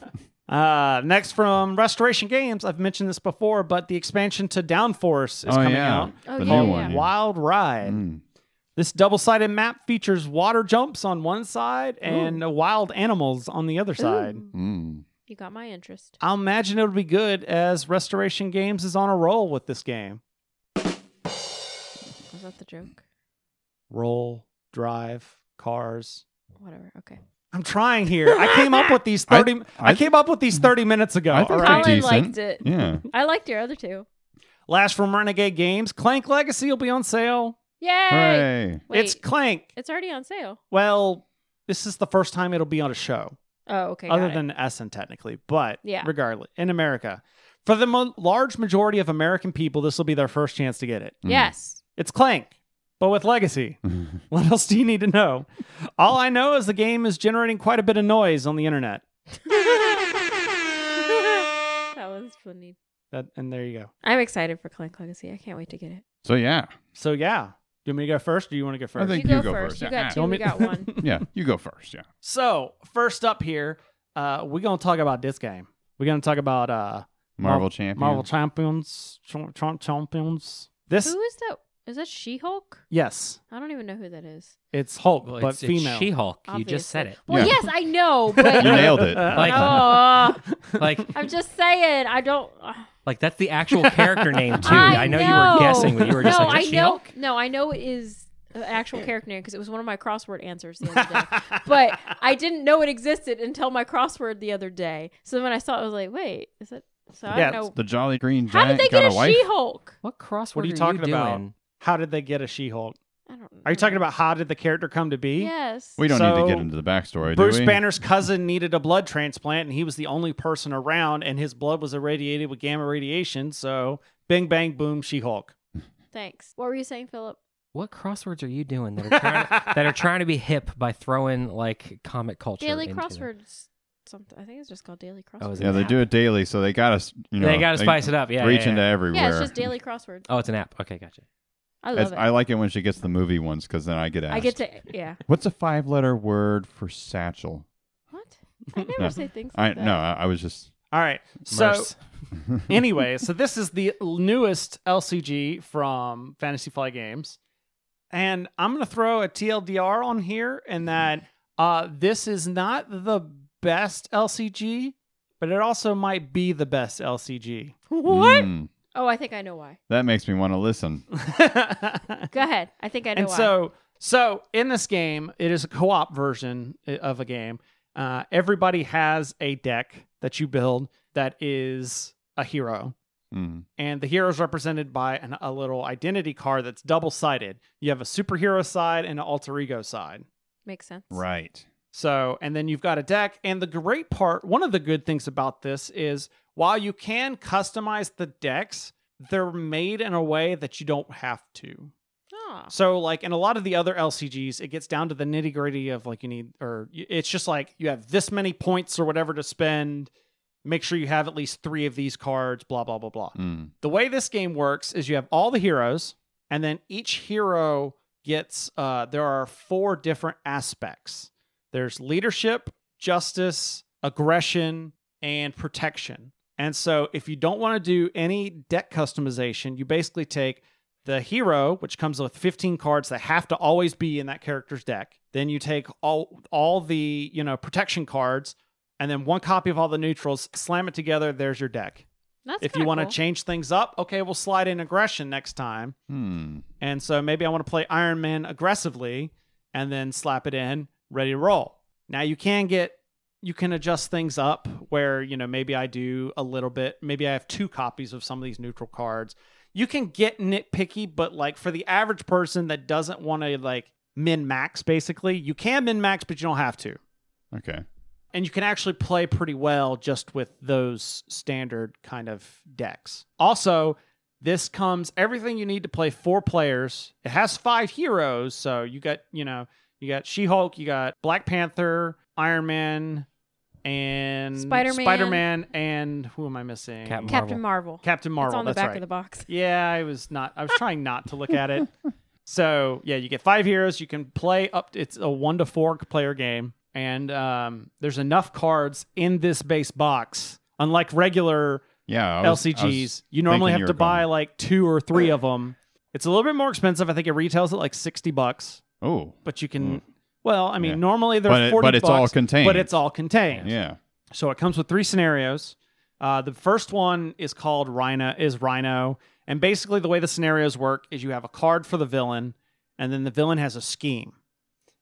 S1: Uh, next from Restoration Games, I've mentioned this before, but the expansion to Downforce is
S2: Oh,
S1: coming
S2: yeah.
S1: out.
S3: Oh,
S2: The
S3: yeah,
S2: new
S1: called
S2: one, yeah.
S1: Wild Ride.
S2: Mm.
S1: This double-sided map features water jumps on one side and wild animals on the other side.
S2: Mm.
S3: You got my interest.
S1: I imagine it would be good as Restoration Games is on a roll with this game.
S3: Was that the joke?
S1: Roll, drive, cars.
S3: Whatever. Okay.
S1: I'm trying here. I came up with these
S2: I-
S1: 30 I,
S2: I-
S1: came up with these 30 minutes ago.
S2: I think
S1: All
S2: they're
S1: right.
S3: Colin
S2: decent.
S3: liked it.
S2: Yeah.
S3: I liked your other two.
S1: Last from Renegade Games, Clank Legacy will be on sale.
S3: Yay!
S2: Hooray.
S3: Wait,
S1: It's
S3: it's
S1: Clank.
S3: already on sale.
S1: Well, this is the first time it'll be on a show.
S3: Oh, okay.
S1: other
S3: got it.
S1: than Essen, technically, but
S3: Yeah.
S1: regardless, in America, for the mo- large majority of American people, this will be their first chance to get it.
S2: Mm.
S3: yes.
S1: It's Clank, but with legacy. what else do you need to know? All I know is the game is generating quite a bit of noise on the internet.
S3: That was funny.
S1: That and there you go.
S3: I'm excited for Clank Legacy. I can't wait to get it.
S2: So yeah,
S1: So yeah, do you want me to go first? Or do you want to go first?
S2: I think
S3: you go
S2: you go
S3: first.
S2: first. Uh-huh.
S3: You
S2: Yeah.
S3: got
S1: You
S3: two.
S1: want
S3: We
S1: me-
S3: got one.
S2: yeah. You go first. Yeah.
S1: so first up here, uh, we're gonna talk about this game. We're gonna talk about uh,
S2: Marvel
S1: Mar-
S2: champion.
S1: Marvel Champions, Trump Trump Champions. This,
S3: Who is that? Is that She Hulk?
S1: yes,
S3: I don't even know who that is.
S1: it's Hulk,
S4: Well,
S1: but
S4: it's,
S1: female.
S4: She Hulk. You just said it.
S3: obviously. Well,
S2: Yeah.
S3: yes, I know, but
S2: You nailed it.
S4: Like,
S3: oh,
S4: like,
S3: I'm just saying. I don't. uh,
S4: like that's the actual character name too.
S3: I,
S4: I, know, you were guessing, but you were just
S3: no,
S4: like,
S3: I
S4: "Is she
S3: know.
S4: Hulk?"
S3: No, I know it is an actual character name because it was one of my crossword answers the other day. but I didn't know it existed until my crossword the other day. So when I saw it, I was like, wait, is it? So I
S1: Yeah,
S3: don't know.
S2: The Jolly Green
S3: How
S2: Giant
S3: did they
S2: got
S3: get a
S2: a wife.
S3: She Hulk?
S4: What crossword
S1: What are you talking about? How did they get a She-Hulk?
S3: I don't know.
S1: Are you talking about how did the character come to be?
S3: Yes.
S2: We don't need
S1: So,
S2: to get into the backstory.
S1: Bruce
S2: do we?
S1: Banner's cousin needed a blood transplant, and he was the only person around, and his blood was irradiated with gamma radiation. So, bing, bang, boom, She-Hulk.
S3: Thanks. What were you saying, Philip?
S4: What crosswords are you doing that are trying to, that are trying to be hip by throwing like comic culture?
S3: Daily
S4: into them?
S3: crosswords. Something. I think it's just called daily crosswords.
S4: Oh, is it
S2: Yeah,
S4: an
S2: they
S4: app?
S2: do it daily, so they got to you know
S4: they got to spice it up. Yeah,
S2: reach
S4: yeah,
S2: into
S4: yeah.
S2: everywhere.
S3: yeah, it's just daily crossword.
S4: Oh, it's an app. Okay, gotcha.
S3: I
S2: As-
S3: love it.
S2: I like it when she gets the movie ones because then I get asked.
S3: I get to yeah.
S2: What's a five-letter word for satchel?
S3: What? I never
S2: No.
S3: say things.
S2: I
S3: like that.
S2: no, I, I was just
S1: All right. So,
S4: Merce.
S1: anyway, so this is the newest LCG from Fantasy Flight Games. And I'm going to throw a TLDR on here in that uh, this is not the best LCG, but it also might be the best LCG.
S3: What?
S2: Mm,
S3: Oh, I think I know why.
S2: that makes me want to listen.
S3: Go ahead. I think I know
S1: and
S3: why.
S1: so so in this game it is a co-op version i- of a game uh, everybody has a deck that you build that is a hero
S2: Mm.
S1: and the hero is represented by an, a little identity card that's double-sided you have a superhero side and an alter ego side
S3: Makes sense.
S2: Right.
S1: so, and then you've got a deck. And the great part, one of the good things about this is while you can customize the decks, they're made in a way that you don't have to.
S3: Ah.
S1: So, like in a lot of the other LCGs, it gets down to the nitty gritty of like you need, or y- it's just like you have this many points or whatever to spend. Make sure you have at least three of these cards, blah, blah, blah, blah.
S2: Mm.
S1: The way this game works is you have all the heroes, and then each hero gets uh, there are four different aspects there's leadership, justice, aggression, and protection. And so, if you don't want to do any deck customization, you basically take the hero, which comes with 15 cards that have to always be in that character's deck. Then you take all all the you know protection cards, and then one copy of all the neutrals. Slam it together. There's your deck
S3: That's
S1: if you want to
S3: to
S1: change things up, okay, we'll slide in aggression next time.
S2: Hmm.
S1: And so maybe I want to play Iron Man aggressively and then slap it in, ready to roll. Now you can get you can adjust things up where, you know, maybe I do a little bit, maybe I have two copies of some of these neutral cards. You can get nitpicky, but like for the average person that doesn't want to like min max basically, you can min max but you don't have to
S2: Okay.
S1: and you can actually play pretty well just with those standard kind of decks. Also, This comes everything you need to play four players. It has five heroes, so you got you know you got She Hulk, you got Black Panther, Iron Man, and
S3: Spider-Man.
S1: Spider-Man, and who am I missing?
S4: Captain
S3: Captain Marvel.
S1: Captain Marvel.
S3: It's on the
S1: that's
S3: back
S1: right.
S3: of the box.
S1: Yeah, I was not. I was trying not to look at it. So yeah, you get five heroes. You can play up. It's a one to four player game, and um, there's enough cards in this base box. Unlike regular
S2: Yeah, I was- I was
S1: LCGs, you normally
S2: thinking
S1: have
S2: you
S1: to
S2: were
S1: buy like two or three of them. It's a little bit more expensive. I think it retails at like sixty bucks,
S2: Oh,
S1: but you can. Well, I mean,
S2: Yeah.
S1: normally they're
S2: But it-
S1: forty,
S2: but it's all
S1: bucks,
S2: contained.
S1: But it's all contained.
S2: yeah.
S1: So it comes with three scenarios. Uh, the first one is called Rhino is Rhino, and basically the way the scenarios work is you have a card for the villain, and then the villain has a scheme,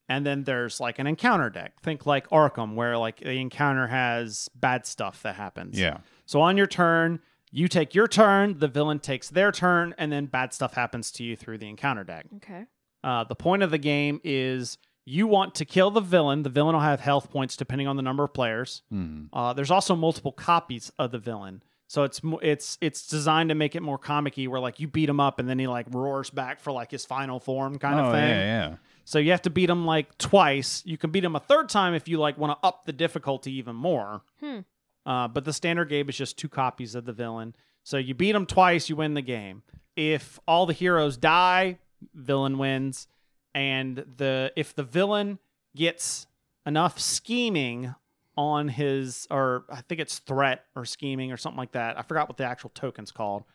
S1: and then there's like an encounter deck. Think like Arkham, where like the encounter has bad stuff that happens.
S2: Yeah.
S1: So on your turn, you take your turn, the villain takes their turn, and then bad stuff happens to you through the encounter deck.
S3: Okay.
S1: Uh, the point of the game is you want to kill the villain. The villain will have health points depending on the number of players.
S2: Hmm.
S1: Uh, there's also multiple copies of the villain, so it's mo- it's it's designed to make it more comicky, where like you beat him up and then he like roars back for like his final form kind
S2: oh,
S1: of thing.
S2: Yeah, yeah.
S1: So you have to beat him like twice. You can beat him a third time if you like want to up the difficulty even more.
S3: Hmm.
S1: Uh, but the standard game is just two copies of the villain. So you beat him twice, you win the game. If all the heroes die, villain wins. And the if the villain gets enough scheming on his or I think it's threat or scheming or something like that. I forgot what the actual token's called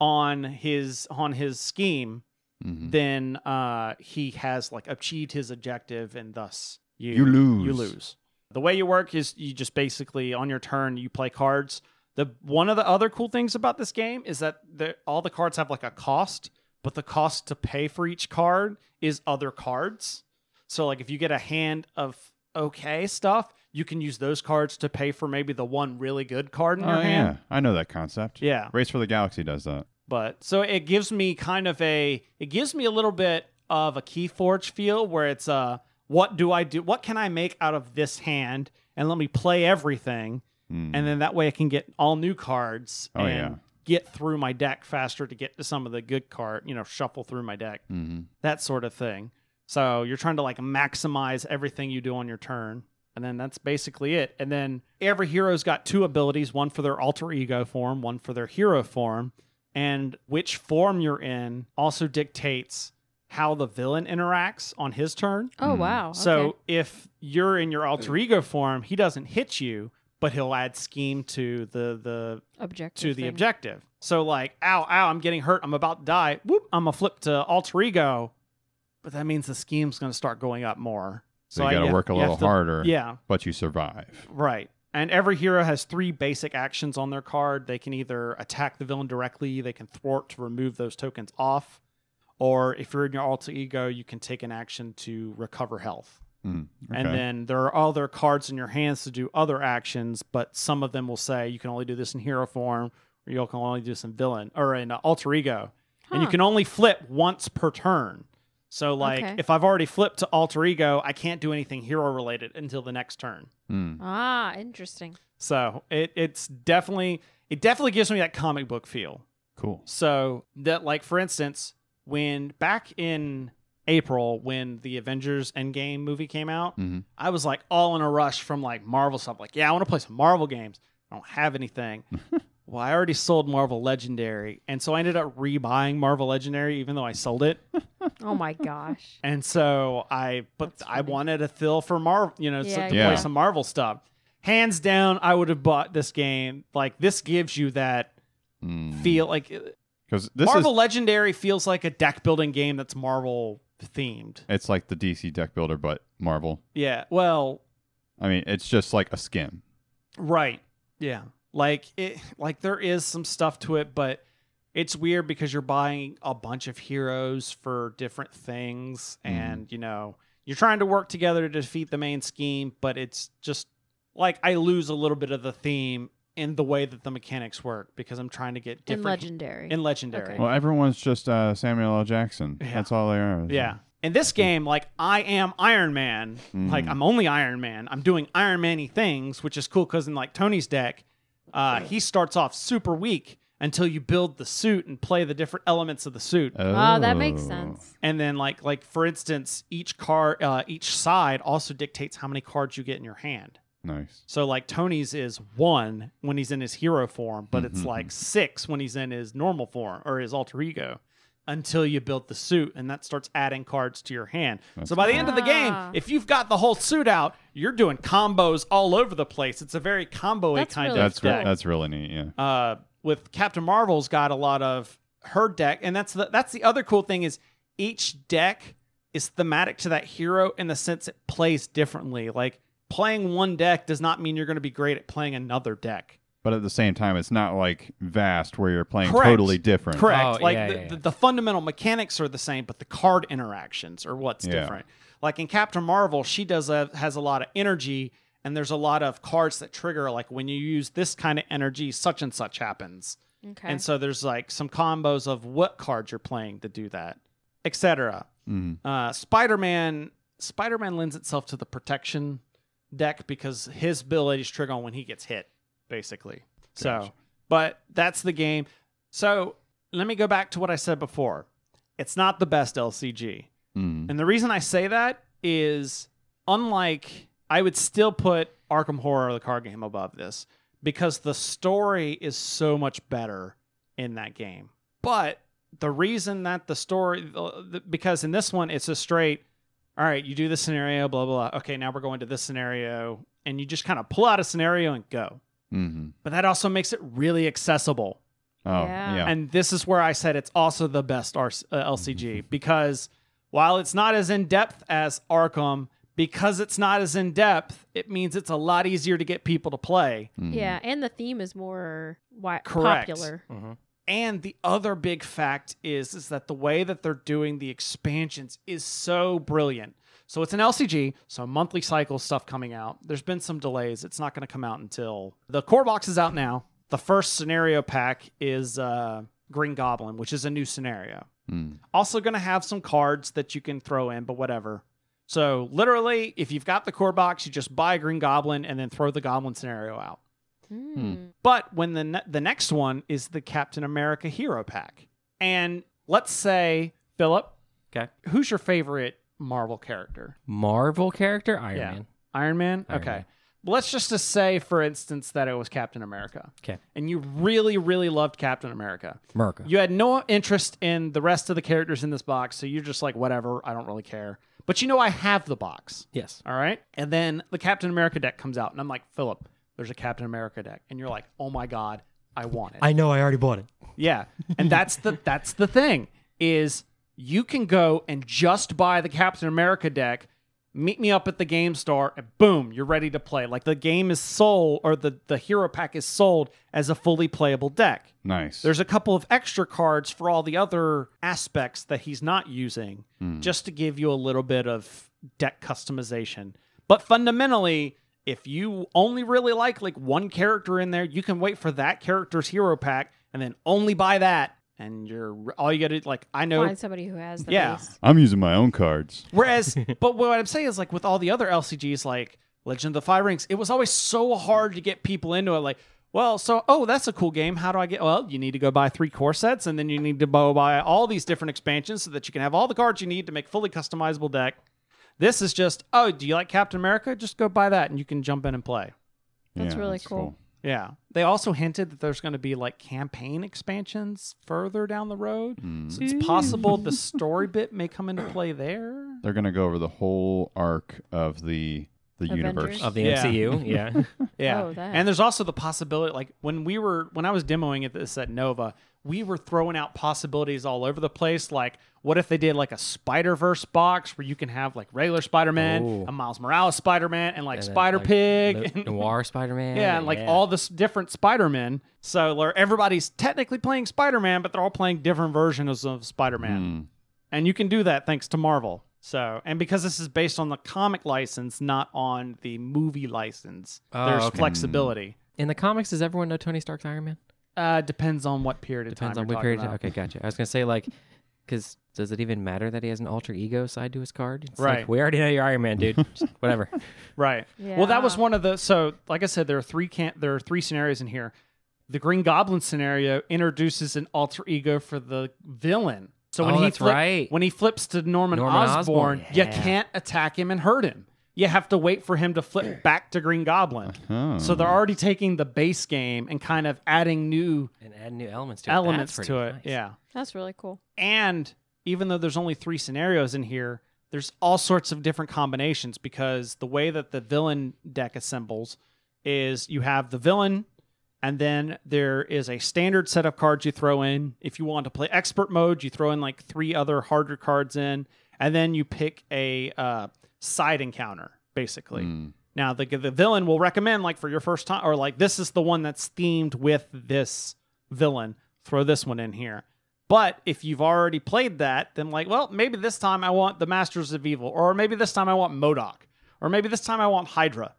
S1: on his on his scheme
S2: Mhm.
S1: then uh, he has like achieved his objective and thus you,
S2: You lose.
S1: You lose. The way you work is you just basically on your turn you play cards. The one of the other cool things about this game is that the, all the cards have like a cost, but the cost to pay for each card is other cards. So like if you get a hand of okay stuff, you can use those cards to pay for maybe the one really good card in
S2: Oh,
S1: your
S2: yeah.
S1: hand.
S2: I know that concept.
S1: Yeah
S2: Race for the Galaxy does that.
S1: but so it gives me kind of a it gives me a little bit of a keyforge feel where it's uh what do i do what can i make out of this hand and let me play everything
S2: Hmm.
S1: and then that way i can get all new cards
S2: Oh,
S1: and
S2: yeah.
S1: get through my deck faster to get to some of the good card you know shuffle through my deck
S2: Mhm.
S1: that sort of thing so you're trying to like maximize everything you do on your turn and then that's basically it and then every hero's got two abilities one for their alter ego form one for their hero form and which form you're in also dictates how the villain interacts on his turn.
S3: Oh
S2: Hmm.
S3: wow.
S1: So
S3: okay.
S1: if you're in your alter ego form, he doesn't hit you, but he'll add scheme to the the
S3: objective.
S1: to the
S3: thing.
S1: objective. So like, ow, ow, I'm getting hurt, I'm about to die. Whoop, I'm gonna flip to alter ego, but that means the scheme's gonna start going up more.
S2: So, you
S1: I-
S2: got to work a
S1: you have
S2: little
S1: to-
S2: harder,
S1: Yeah,
S2: but you survive.
S1: Right. And every hero has three basic actions on their card. They can either attack the villain directly, they can thwart to remove those tokens off, or if you're in your alter ego, you can take an action to recover health.
S2: Hmm. Okay.
S1: And then there are other cards in your hands to do other actions, but some of them will say you can only do this in hero form, or you can only do this in villain or in uh, alter ego. And you
S3: Huh.
S1: can only flip once per turn. So, like,
S3: Okay.
S1: if I've already flipped to alter ego, I can't do anything hero related until the next turn.
S2: Hmm.
S3: Ah, interesting.
S1: So it it's definitely it definitely gives me that comic book feel.
S2: Cool.
S1: So that like for instance, when back in April when the Avengers Endgame movie came out,
S2: Mhm.
S1: I was like all in a rush from like Marvel stuff. Like, yeah, I want to play some Marvel games. I don't have anything. well, I already sold Marvel Legendary, and so I ended up rebuying Marvel Legendary, even though I sold it.
S3: Oh my gosh.
S1: And so I, but
S3: That's
S1: I
S3: funny.
S1: wanted a fill for Marvel, you know, so-
S3: Yeah,
S1: to
S2: yeah.
S1: play some Marvel stuff. Hands down, I would have bought this game. Like this gives you that feel. Like
S2: Because Hmm. this
S1: Marvel
S2: is
S1: Legendary feels like a deck building game that's Marvel themed.
S2: it's like the DC deck builder, but Marvel.
S1: Yeah. Well,
S2: I mean, it's just like a skin.
S1: right. Yeah. Like it. Like there is some stuff to it, but it's weird because you're buying a bunch of heroes for different things,
S2: Mhm.
S1: and you know you're trying to work together to defeat the main scheme, but it's just like I lose a little bit of the theme in the way that the mechanics work because I'm trying to get
S3: And
S1: different
S3: legendary.
S1: in legendary.
S3: Okay.
S2: Well, everyone's just uh, Samuel L. Jackson.
S1: Yeah.
S2: That's all they are.
S1: Yeah. In this game, like I am Iron Man.
S2: Mhm.
S1: Like I'm only Iron Man. I'm doing Iron Man y things, which is cool because in like Tony's deck, uh, he starts off super weak until you build the suit and play the different elements of the suit.
S2: Uh.
S3: Oh, that makes sense.
S1: and then like like for instance, each card uh, each side also dictates how many cards you get in your hand.
S2: Nice.
S1: So like Tony's is 1 when he's in his hero form, but it's like 6 when he's in his normal form or his alter ego until you build the suit and that starts adding cards to your hand. so by the end of the game,
S3: Ah.
S1: if you've got the whole suit out, you're doing combos all over the place. It's a very combo
S3: That's
S1: kind
S3: really
S1: of
S2: That's
S3: cool.
S1: deck
S2: re- that's really neat. Yeah.
S1: uh, with Captain Marvel's got a lot of her deck, and that's the that's the other cool thing is each deck is thematic to that hero in the sense it plays differently. Like playing one deck does not mean you're going to be great at playing another deck.
S2: But at the same time, it's not like vast where you're playing
S1: Correct.
S2: totally different.
S1: Correct.
S4: Oh,
S1: like
S4: yeah,
S1: the,
S4: yeah, yeah.
S1: The, the fundamental mechanics are the same, but the card interactions are what's
S2: Yeah.
S1: different. Like in Captain Marvel, she does a, has a lot of energy, and there's a lot of cards that trigger like when you use this kind of energy, such and such happens.
S3: Okay.
S1: And so there's like some combos of what cards you're playing to do that, etc.
S2: Mhm.
S1: Uh, Spider-Man Spider-Man lends itself to the protection deck because his abilities trigger on when he gets hit, basically. So,
S2: Gotcha.
S1: but that's the game. So let me go back to what I said before. It's not the best LCG.
S2: Mm.
S1: And the reason I say that is unlike I would still put Arkham Horror the card game above this because the story is so much better in that game. But the reason that the story the- the- because in this one it's a straight all right, you do this scenario, blah blah blah. Okay, now we're going to this scenario and you just kind of pull out a scenario and go.
S2: Mhm.
S1: But that also makes it really accessible
S2: Oh,
S3: Yeah.
S2: yeah.
S1: and this is where I said it's also the best R- uh, LCG because while it's not as in depth as Arkham, because it's not as in depth, it means it's a lot easier to get people to play.
S2: Mhm.
S3: yeah, and the theme is more wi-
S1: Correct.
S3: popular.
S1: Mm-hmm.
S4: Mhm.
S1: And the other big fact is is that the way that they're doing the expansions is so brilliant. So it's an LCG, so monthly cycle stuff coming out. There's been some delays. It's not going to come out until the core box is out now. The first scenario pack is uh, Green Goblin, which is a new scenario.
S2: Mm.
S1: Also, going to have some cards that you can throw in, but whatever. So, literally, if you've got the core box, you just buy a Green Goblin and then throw the Goblin scenario out.
S2: Hmm.
S3: Mm.
S1: But when the ne- the next one is the Captain America Hero Pack, and let's say Philip,
S4: Okay.
S1: who's your favorite Marvel character?
S4: Marvel character Iron
S1: Yeah.
S4: Man.
S1: Iron Man.
S4: Iron
S1: okay.
S4: Man.
S1: Let's just to say, for instance, that it was Captain America,
S4: Okay.
S1: and you really, really loved Captain America.
S4: America.
S1: You had no interest in the rest of the characters in this box, so you're just like, whatever, I don't really care. But you know, I have the box.
S4: yes.
S1: All right. And then the Captain America deck comes out, and I'm like, Philip, there's a Captain America deck. And you're like, oh my God, I want it.
S4: I know I already bought it.
S1: yeah. And that's the that's the thing is you can go and just buy the Captain America deck, meet me up at the game store, and boom, you're ready to play. Like the game is sold or the, the hero pack is sold as a fully playable deck.
S2: Nice.
S1: There's a couple of extra cards for all the other aspects that he's not using, just to give you a little bit of deck customization. But fundamentally, if you only really like like one character in there, you can wait for that character's hero pack and then only buy that, and you're all you gotta like. I know.
S3: Find somebody who has the
S1: Yeah.
S3: base.
S2: I'm using my own cards.
S1: Whereas, but what I'm saying is like with all the other LCGs, like Legend of the Five Rings, it was always so hard to get people into it. Like. Well, so oh, that's a cool game. How do I get? Well, you need to go buy three core sets, and then you need to go buy all these different expansions so that you can have all the cards you need to make fully customizable deck. This is just oh, do you like Captain America? Just go buy that, and you can jump in and play.
S3: That's
S2: Yeah,
S3: really cool.
S1: Yeah, they also hinted that there's going to be like campaign expansions further down the road, so it's possible the story bit may come into play there.
S2: They're gonna go over the whole arc of the the
S3: Avengers?
S2: universe.
S4: Of the
S1: Yeah.
S4: MCU. Yeah.
S1: Yeah.
S3: Oh, that.
S1: And there's also the possibility like when we were when I was demoing at this at Nova, we were throwing out possibilities all over the place. Like, what if they did like a Spider Verse box where you can have like regular Spider Man,
S4: Ooh.
S1: a Miles Morales Spider Man, and like
S4: And then,
S1: Spider
S4: like,
S1: Pig,
S4: no-
S1: and,
S4: Noir Spider Man.
S1: yeah, and like all this different Spider Men. So where everybody's technically playing Spider Man, but they're all playing different versions of Spider Man.
S4: Hmm.
S2: Mm.
S1: And you can do that thanks to Marvel. So, and because this is based on the comic license, not on the movie license,
S4: Oh,
S1: there's
S4: okay.
S1: flexibility.
S4: in the comics. Does everyone know Tony Stark's Iron Man?
S1: Uh, depends on what period of
S4: Depends
S1: time.
S4: on
S1: you're
S4: what period.
S1: talking
S4: Okay, gotcha. I was gonna say like, because does it even matter that he has an alter ego side to his card? It's like,
S1: Right.
S4: we already know you're Iron Man, dude. Just whatever.
S1: about. Right. Well, that was one of the. So, like I said, there are three can There are three scenarios in here. the Green Goblin scenario introduces an alter ego for the villain. So when
S4: Oh,
S1: he
S4: that's
S1: flip-
S4: right.
S1: when he flips to Norman,
S4: Norman
S1: Osborn,
S4: Osborn,
S1: you
S4: yeah.
S1: can't attack him and hurt him. You have to wait for him to flip back to Green Goblin.
S2: Oh.
S1: So they're
S4: Mm.
S1: already taking the base game and kind of adding new
S4: and add new elements to it.
S1: elements
S4: That's
S1: to it.
S4: pretty nice.
S1: Yeah.
S3: That's really cool.
S1: And even though there's only three scenarios in here, there's all sorts of different combinations because the way that the villain deck assembles is you have the villain, and then there is a standard set of cards you throw in. If you want to play expert mode, you throw in like three other harder cards in, and then you pick a uh, side encounter, basically.
S2: Mm.
S1: Now the the villain will recommend like for your first time or like this is the one that's themed with this villain. Throw this one in here. But if you've already played that, then like, well, maybe this time I want the Masters of Evil, or maybe this time I want Modoc, or maybe this time I want Hydra.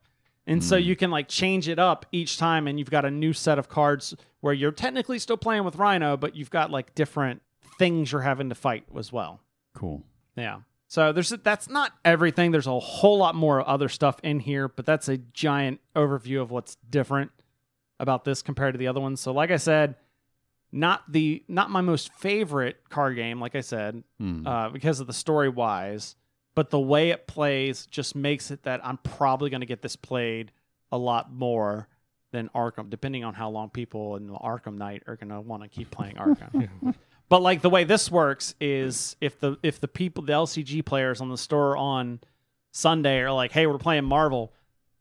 S1: And so you can like change it up each time and you've got a new set of cards where you're technically still playing with Rhino, but you've got like different things you're having to fight as well.
S2: Cool.
S1: Yeah. So there's that's not everything. There's a whole lot more other stuff in here, but that's a giant overview of what's different about this compared to the other ones. So like I said, not the not my most favorite card game, like I said,
S2: Mm.
S1: uh, because of the story wise, but the way it plays just makes it that I'm probably going to get this played a lot more than Arkham, depending on how long people in Arkham Knight are going to want to keep playing Arkham. but like the way this works is if the if the people the LCG players on the store on Sunday are like, hey, we're playing Marvel,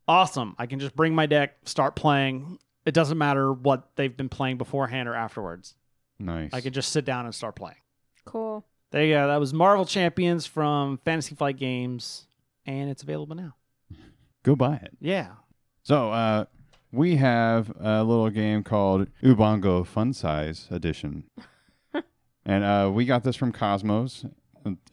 S1: awesome! I can just bring my deck, start playing. It doesn't matter what they've been playing beforehand or afterwards.
S2: nice.
S1: I can just sit down and start playing.
S3: Cool.
S1: There you go. That was Marvel Champions from Fantasy Flight Games, and it's available now.
S2: Go buy it.
S1: Yeah.
S2: So uh, we have a little game called Ubongo Fun Size Edition, and uh, we got this from Cosmos.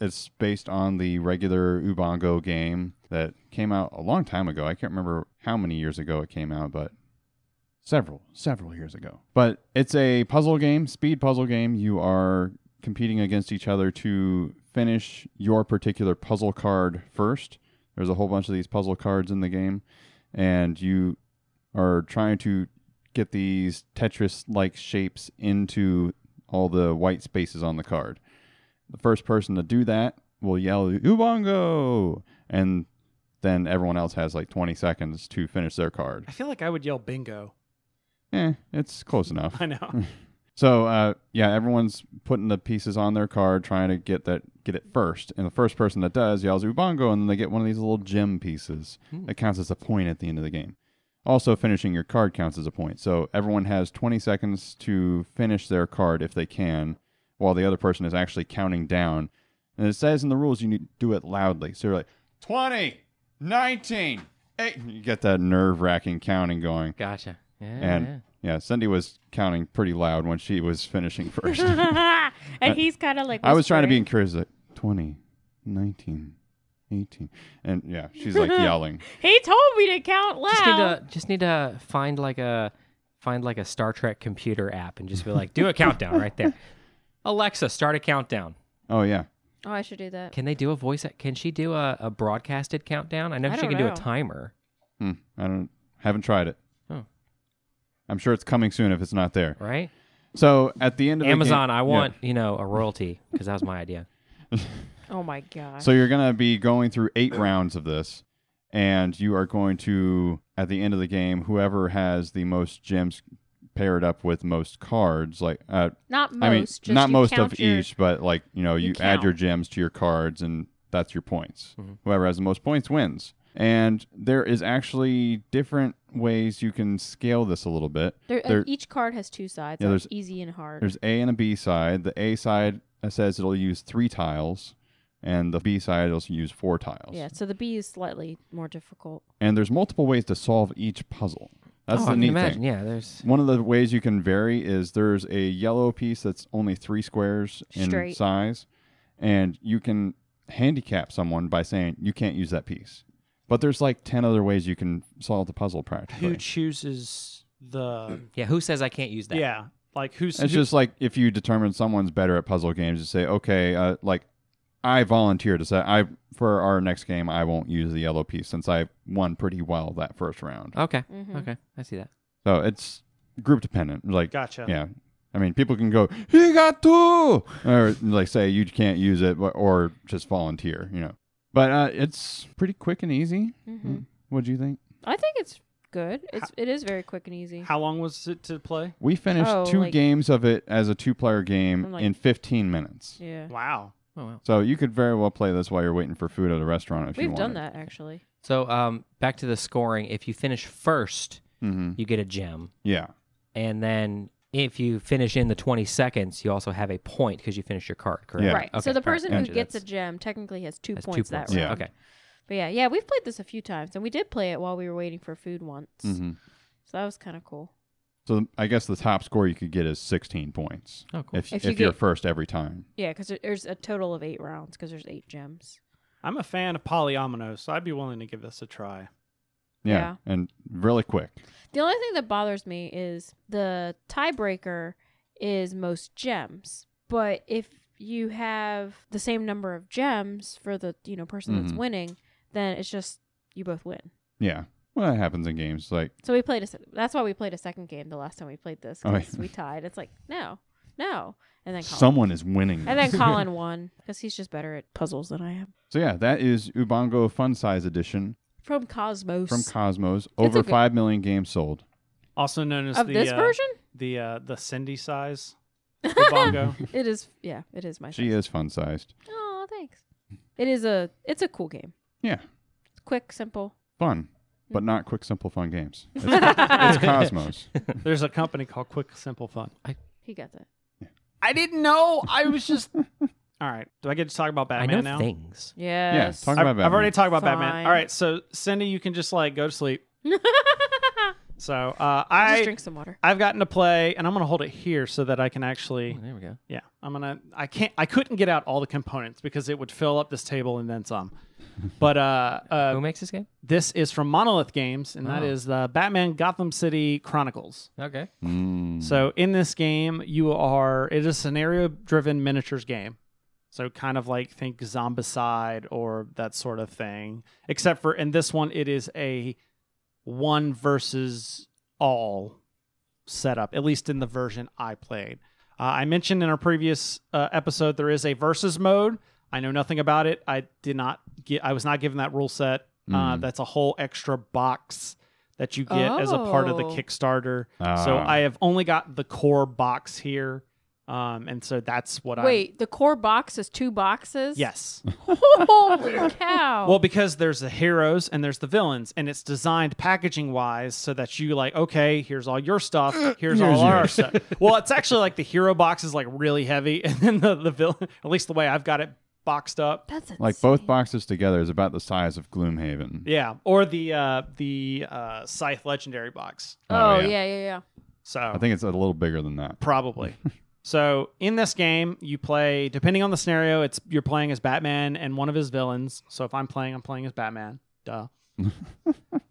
S2: It's based on the regular Ubongo game that came out a long time ago. I can't remember how many years ago it came out, but several, several years ago. But it's a puzzle game, speed puzzle game. You are competing against each other to finish your particular puzzle card first. There's a whole bunch of these puzzle cards in the game, and you are trying to get these Tetris like shapes into all the white spaces on the card. The first person to do that will yell, Ubongo! And then everyone else has like 20 seconds to finish their card.
S1: I feel like I would yell bingo.
S2: Eh, it's close enough.
S1: I know.
S2: So uh, yeah, everyone's putting the pieces on their card, trying to get that get it first. And the first person that does yells "Ubongo," and then they get one of these little gem pieces that counts as a point at the end of the game. Also, finishing your card counts as a point. So everyone has 20 seconds to finish their card if they can, while the other person is actually counting down. And it says in the rules you need to do it loudly. So you're like 20, 19, 8. You get that nerve wracking counting going.
S4: Gotcha. Yeah.
S2: And yeah, Cindy was counting pretty loud when she was finishing first.
S3: and he's kind of like.
S2: Uh, I was trying to be
S3: whispering.
S2: encouraged, like 20, 19, 18. And yeah, she's like yelling.
S3: He told me to count loud.
S4: just need to just need to find like a find like a Star Trek computer app and just be like, do a countdown right there. Alexa, start a countdown.
S2: Oh, yeah.
S3: oh, I should do that.
S4: Can they do a voice? Can she do a, a broadcasted countdown? I know
S3: I
S4: she
S3: don't
S4: can do
S3: know.
S4: a timer.
S2: Hmm, I don't, haven't tried it.
S4: Oh.
S2: I'm sure it's coming soon if it's not there.
S4: Right?
S2: So at the end of the
S4: Amazon,
S2: game-
S4: I
S2: yeah.
S4: want you know a royalty because that was my idea.
S3: Oh my gosh.
S2: So you're going to be going through eight rounds of this, and you are going to, at the end of the game, whoever has the most gems paired up with most cards, like uh,
S3: not most.
S2: I mean,
S3: just
S2: not
S3: you
S2: most
S3: count
S2: of
S3: your-
S2: each, but like you know, you,
S3: you
S2: add your
S3: count.
S2: gems to your cards, and that's your points.
S4: Mm-hmm.
S2: Whoever has the most points wins. And there is actually different ways you can scale this a little bit.
S3: There, E
S2: There-
S3: and each card has two sides.
S2: Yeah,
S3: like
S2: there's-
S3: easy and hard.
S2: There's A and a B side. The A side uh, says it'll use three tiles, and the B side will use four tiles.
S3: Yeah. So the B is slightly more difficult.
S2: And there's multiple ways to solve each puzzle. That's
S4: oh, I
S2: the
S4: can
S2: neat
S4: imagine.
S2: thing.
S4: Yeah, there's
S2: One of the ways you can vary is there's a yellow piece that's only three squares in
S3: Straight.
S2: size, and you can handicap someone by saying you can't use that piece. But there's like ten other ways you can solve the puzzle practically.
S1: Who chooses the?
S4: yeah. Who says I can't use that?
S1: Yeah. Like who's?
S2: It's
S1: who-
S2: just like if you determine someone's better at puzzle games, you say, okay, uh, like I volunteer to say I for our next game I won't use the yellow piece since I won pretty well that first round.
S4: Okay.
S3: Mhm.
S4: Okay. I see that.
S2: So it's group dependent. Like,
S1: Gotcha.
S2: yeah. I mean, people can go, he got two, or like say you can't use it, but, or just volunteer, you know. But uh, it's pretty quick and easy.
S3: hmm
S2: What do you think?
S3: I think it's good. It's it is very quick and easy.
S1: How long was it to play?
S2: We finished
S3: Oh,
S2: two
S3: like-
S2: games of it as a two-player game
S3: I'm like-
S2: in 15 minutes.
S3: yeah,
S1: Wow.
S4: Oh, wow.
S2: So you could very well play this while you're waiting for food at a restaurant if you
S3: we've
S2: want.
S3: done that actually.
S4: So um, back to the scoring. If you finish first,
S2: Mm-hmm.
S4: you get a gem,
S2: Yeah.
S4: and then if you finish in the twenty seconds, you also have a point because you finish your card. Correct.
S2: Yeah.
S3: Right.
S4: Okay,
S3: so the
S4: all right,
S3: person
S4: gotcha.
S3: who gets a
S4: That's-
S3: gem technically has two
S4: that's
S3: points,
S4: two
S3: that
S4: points.
S3: round.
S2: Yeah.
S4: Okay.
S3: But yeah, yeah, we've played this a few times, and we did play it while we were waiting for food once.
S2: hmm
S3: So that was kind of cool.
S2: So I guess the top score you could get is 16 points
S4: Oh, cool.
S2: if,
S3: If
S2: if,
S3: you
S2: you are
S3: get-
S2: first every time.
S3: Yeah, because there's a total of eight rounds because there's eight gems.
S1: I'm a fan of polyomino, so I'd be willing to give this a try.
S2: Yeah. And really quick.
S3: The only thing that bothers me is the tiebreaker is most gems, but if you have the same number of gems for the you know person that's
S2: Mhm.
S3: winning, then it's just you both win.
S2: Yeah. Well, that happens in games. Like,
S3: So we played a. se- That's why we played a second game the last time we played this.
S2: Oh,
S3: 'cause
S2: yeah.
S3: we tied. It's like no, no, and then Colin.
S2: someone is winning.
S3: and then
S2: this.
S3: Colin won because he's just better at puzzles than I am.
S2: So yeah, that is Ubongo Fun Size Edition
S3: From Cosmos.
S2: from Cosmos. Over
S3: a good-
S2: five million games sold.
S1: Also known as
S3: of
S1: the
S3: this
S1: uh,
S3: version,
S1: the uh, the Cindy size bongo.
S3: it is. Yeah, it is my.
S2: She is fun sized.
S3: Oh, thanks. It is a. It's a cool game.
S2: Yeah,
S3: It's quick, simple.
S2: fun, but not quick, simple, fun games. It's, it's Cosmos.
S1: There's a company called Quick Simple Fun.
S3: He got that.
S1: I didn't know. I was just. All right. Do I get to talk about
S4: I
S1: Batman
S4: know
S1: now?
S4: things.
S3: Yes.
S2: talk-
S1: I've,
S2: about
S1: I've already
S2: Batman.
S1: talked about
S3: Fine.
S1: Batman. All right. So Cindy, you can just like go to sleep. So uh,
S3: just
S1: I
S3: drink some water.
S1: I've gotten to play, and I'm gonna hold it here so that I can actually.
S4: Oh, there we go.
S1: Yeah, I'm gonna. I can't. I couldn't get out all the components because it would fill up this table and then some. But uh,
S4: Who
S1: uh
S4: makes this game?
S1: this is from Monolith Games, and that
S4: Oh.
S1: is the Batman Gotham City Chronicles.
S4: Okay.
S2: Mm.
S1: So in this game, you are it is a scenario-driven miniatures game. So kind of like think Zombicide or that sort of thing. Except for in this one, it is a one versus all setup. At least in the version I played. Uh, I mentioned in our previous uh, episode there is a versus mode. I know nothing about it. I did not get. I was not given that rule set. Uh,
S2: Mm.
S1: that's a whole extra box that you get as a part of the
S3: Oh.
S1: Kickstarter. So
S2: Ah.
S1: I have only got the core box here, um, and so that's what I
S3: Wait, the core box is two boxes.
S1: Yes,
S3: Holy cow.
S1: well, because there's the heroes and there's the villains, and it's designed packaging wise so that you like, okay, here's all your stuff, here's,
S2: Here's
S1: all our
S2: yours.
S1: stuff. Well, it's actually like the hero box is like really heavy, and then the the villain, at least the way I've got it boxed up.
S3: that's insane.
S2: like both boxes together is about the size of Gloomhaven.
S1: Yeah, or the uh, the uh, Scythe Legendary box.
S3: Oh,
S2: Oh,
S3: yeah,
S2: yeah.
S3: yeah, yeah.
S1: So
S2: I think it's a little bigger than that.
S1: Probably. so in this game, you play depending on the scenario. It's you're playing as Batman and one of his villains. So if I'm playing, I'm playing as Batman. Duh.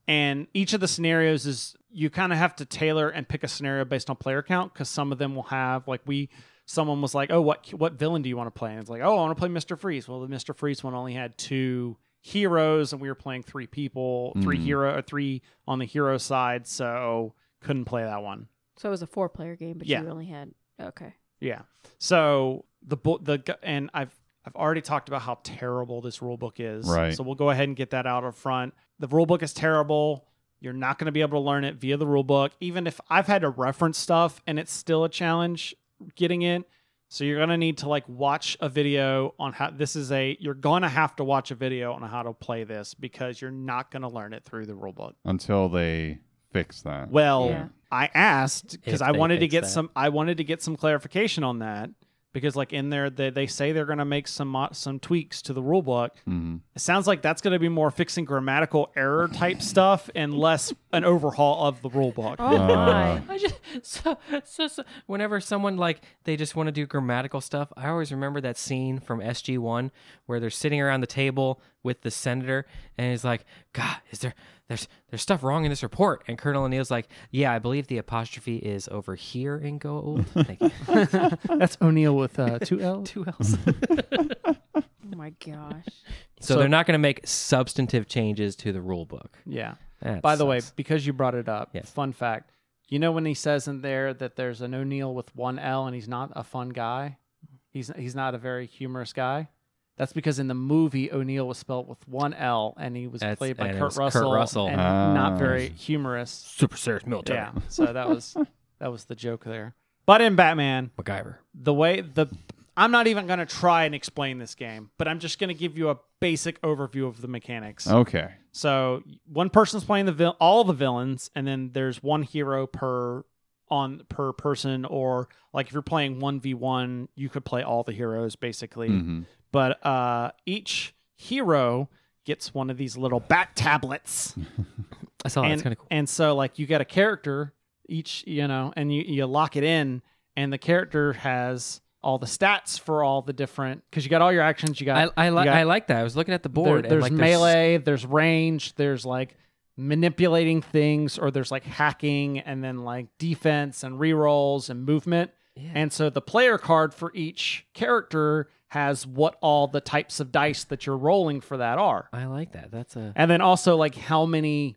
S1: and each of the scenarios is you kind of have to tailor and pick a scenario based on player count because some of them will have like we someone was like, oh, what what villain do you want to play? And it's like, oh, I want to play Mister Freeze. Well, the Mister Freeze one only had two heroes, and we were playing three people, three
S2: Mhm.
S1: hero, or three on the hero side, so couldn't play that one.
S3: So it was a four player game, but
S1: Yeah.
S3: you only had. Okay.
S1: Yeah. So the bu- the gu- and I've I've already talked about how terrible this rule book is.
S2: Right.
S1: So we'll go ahead and get that out up front. The rule book is terrible. You're not going to be able to learn it via the rule book. Even if I've had to reference stuff and it's still a challenge getting it. So you're going to need to like watch a video on how this is a you're going to have to watch a video on how to play this because you're not going to learn it through the rule book.
S2: Until they fix that.
S1: Well,
S3: Yeah.
S1: I asked because
S4: If
S1: I
S4: they
S1: wanted to
S4: fix
S1: get
S4: that.
S1: some. I wanted to get some clarification on that because, like in there, they, they say they're going to make some mo- some tweaks to the rule book.
S2: Mhm.
S1: It sounds like that's going to be more fixing grammatical error type stuff and less an overhaul of the rule book.
S3: Oh, my.
S4: I just so, so, so whenever someone like they just want to do grammatical stuff, I always remember that scene from SG One where they're sitting around the table with the senator, and he's like, "God, is there there's there's stuff wrong in this report?" And Colonel O'Neill's like, "Yeah, I believe the apostrophe is over here in gold." Thank you.
S1: that's O'Neill with uh, two L's.
S4: Two L's.
S3: Oh, my gosh.
S4: So,
S1: So-
S4: they're not going to make substantive changes to the rule book.
S1: Yeah.
S4: That
S1: By the way,
S4: sucks.
S1: because you brought it up,
S4: Yes.
S1: fun fact: You know when he says in there that there's an O'Neill with one L and he's not a fun guy? He's he's not a very humorous guy. That's because in the movie O'Neill was spelled with one L and he was
S4: That's-
S1: played by
S4: and it
S1: Kurt
S4: was Kurt
S1: Russell,
S4: Russell.
S1: and
S2: Ah.
S1: not very humorous.
S4: Super serious military.
S1: Yeah. So that was that was the joke there. But in Batman,
S4: MacGyver.
S1: the way the I'm not even going to try and explain this game, but I'm just going to give you a basic overview of the mechanics.
S2: Okay.
S1: So one person's playing the vil- all the villains, and then there's one hero per on per person. Or like if you're playing one v one, you could play all the heroes basically.
S4: Mm-hmm.
S2: hmm
S1: But uh, each hero gets one of these little bat tablets,
S4: I saw that.
S1: and
S4: It's kind of Oh, cool.
S1: and so like you get a character each, you know, and you you lock it in, and the character has all the stats for all the different because you got all your actions. You got
S4: I, I, li-
S1: got-
S4: I like that. I was looking at the
S1: there-
S4: board. and,
S1: there's
S4: like,
S1: melee, there's... range, there's like manipulating things, or there's like hacking, and then like defense and rerolls and movement.
S4: Yeah.
S1: And so the player card for each character has what all the types of dice that you're rolling for that are.
S4: I like that. That's a.
S1: And then also like how many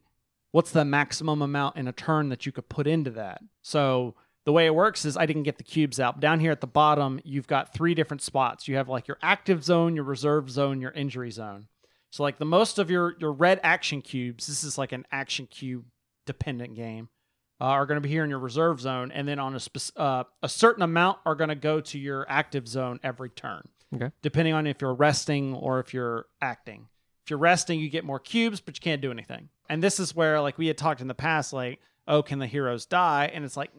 S1: what's the maximum amount in a turn that you could put into that. So the way it works is I didn't get the cubes out. Down here at the bottom, you've got three different spots. You have like your active zone, your reserve zone, your injury zone. So like the most of your your red action cubes, this is like an action cube dependent game. Uh, are going to be here in your reserve zone, and then on a spec- uh, a certain amount are going to go to your active zone every turn,
S4: Okay.
S1: depending on if you're resting or if you're acting. If you're resting, you get more cubes, but you can't do anything. And this is where, like, we had talked in the past, like, oh, can the heroes die? And it's like,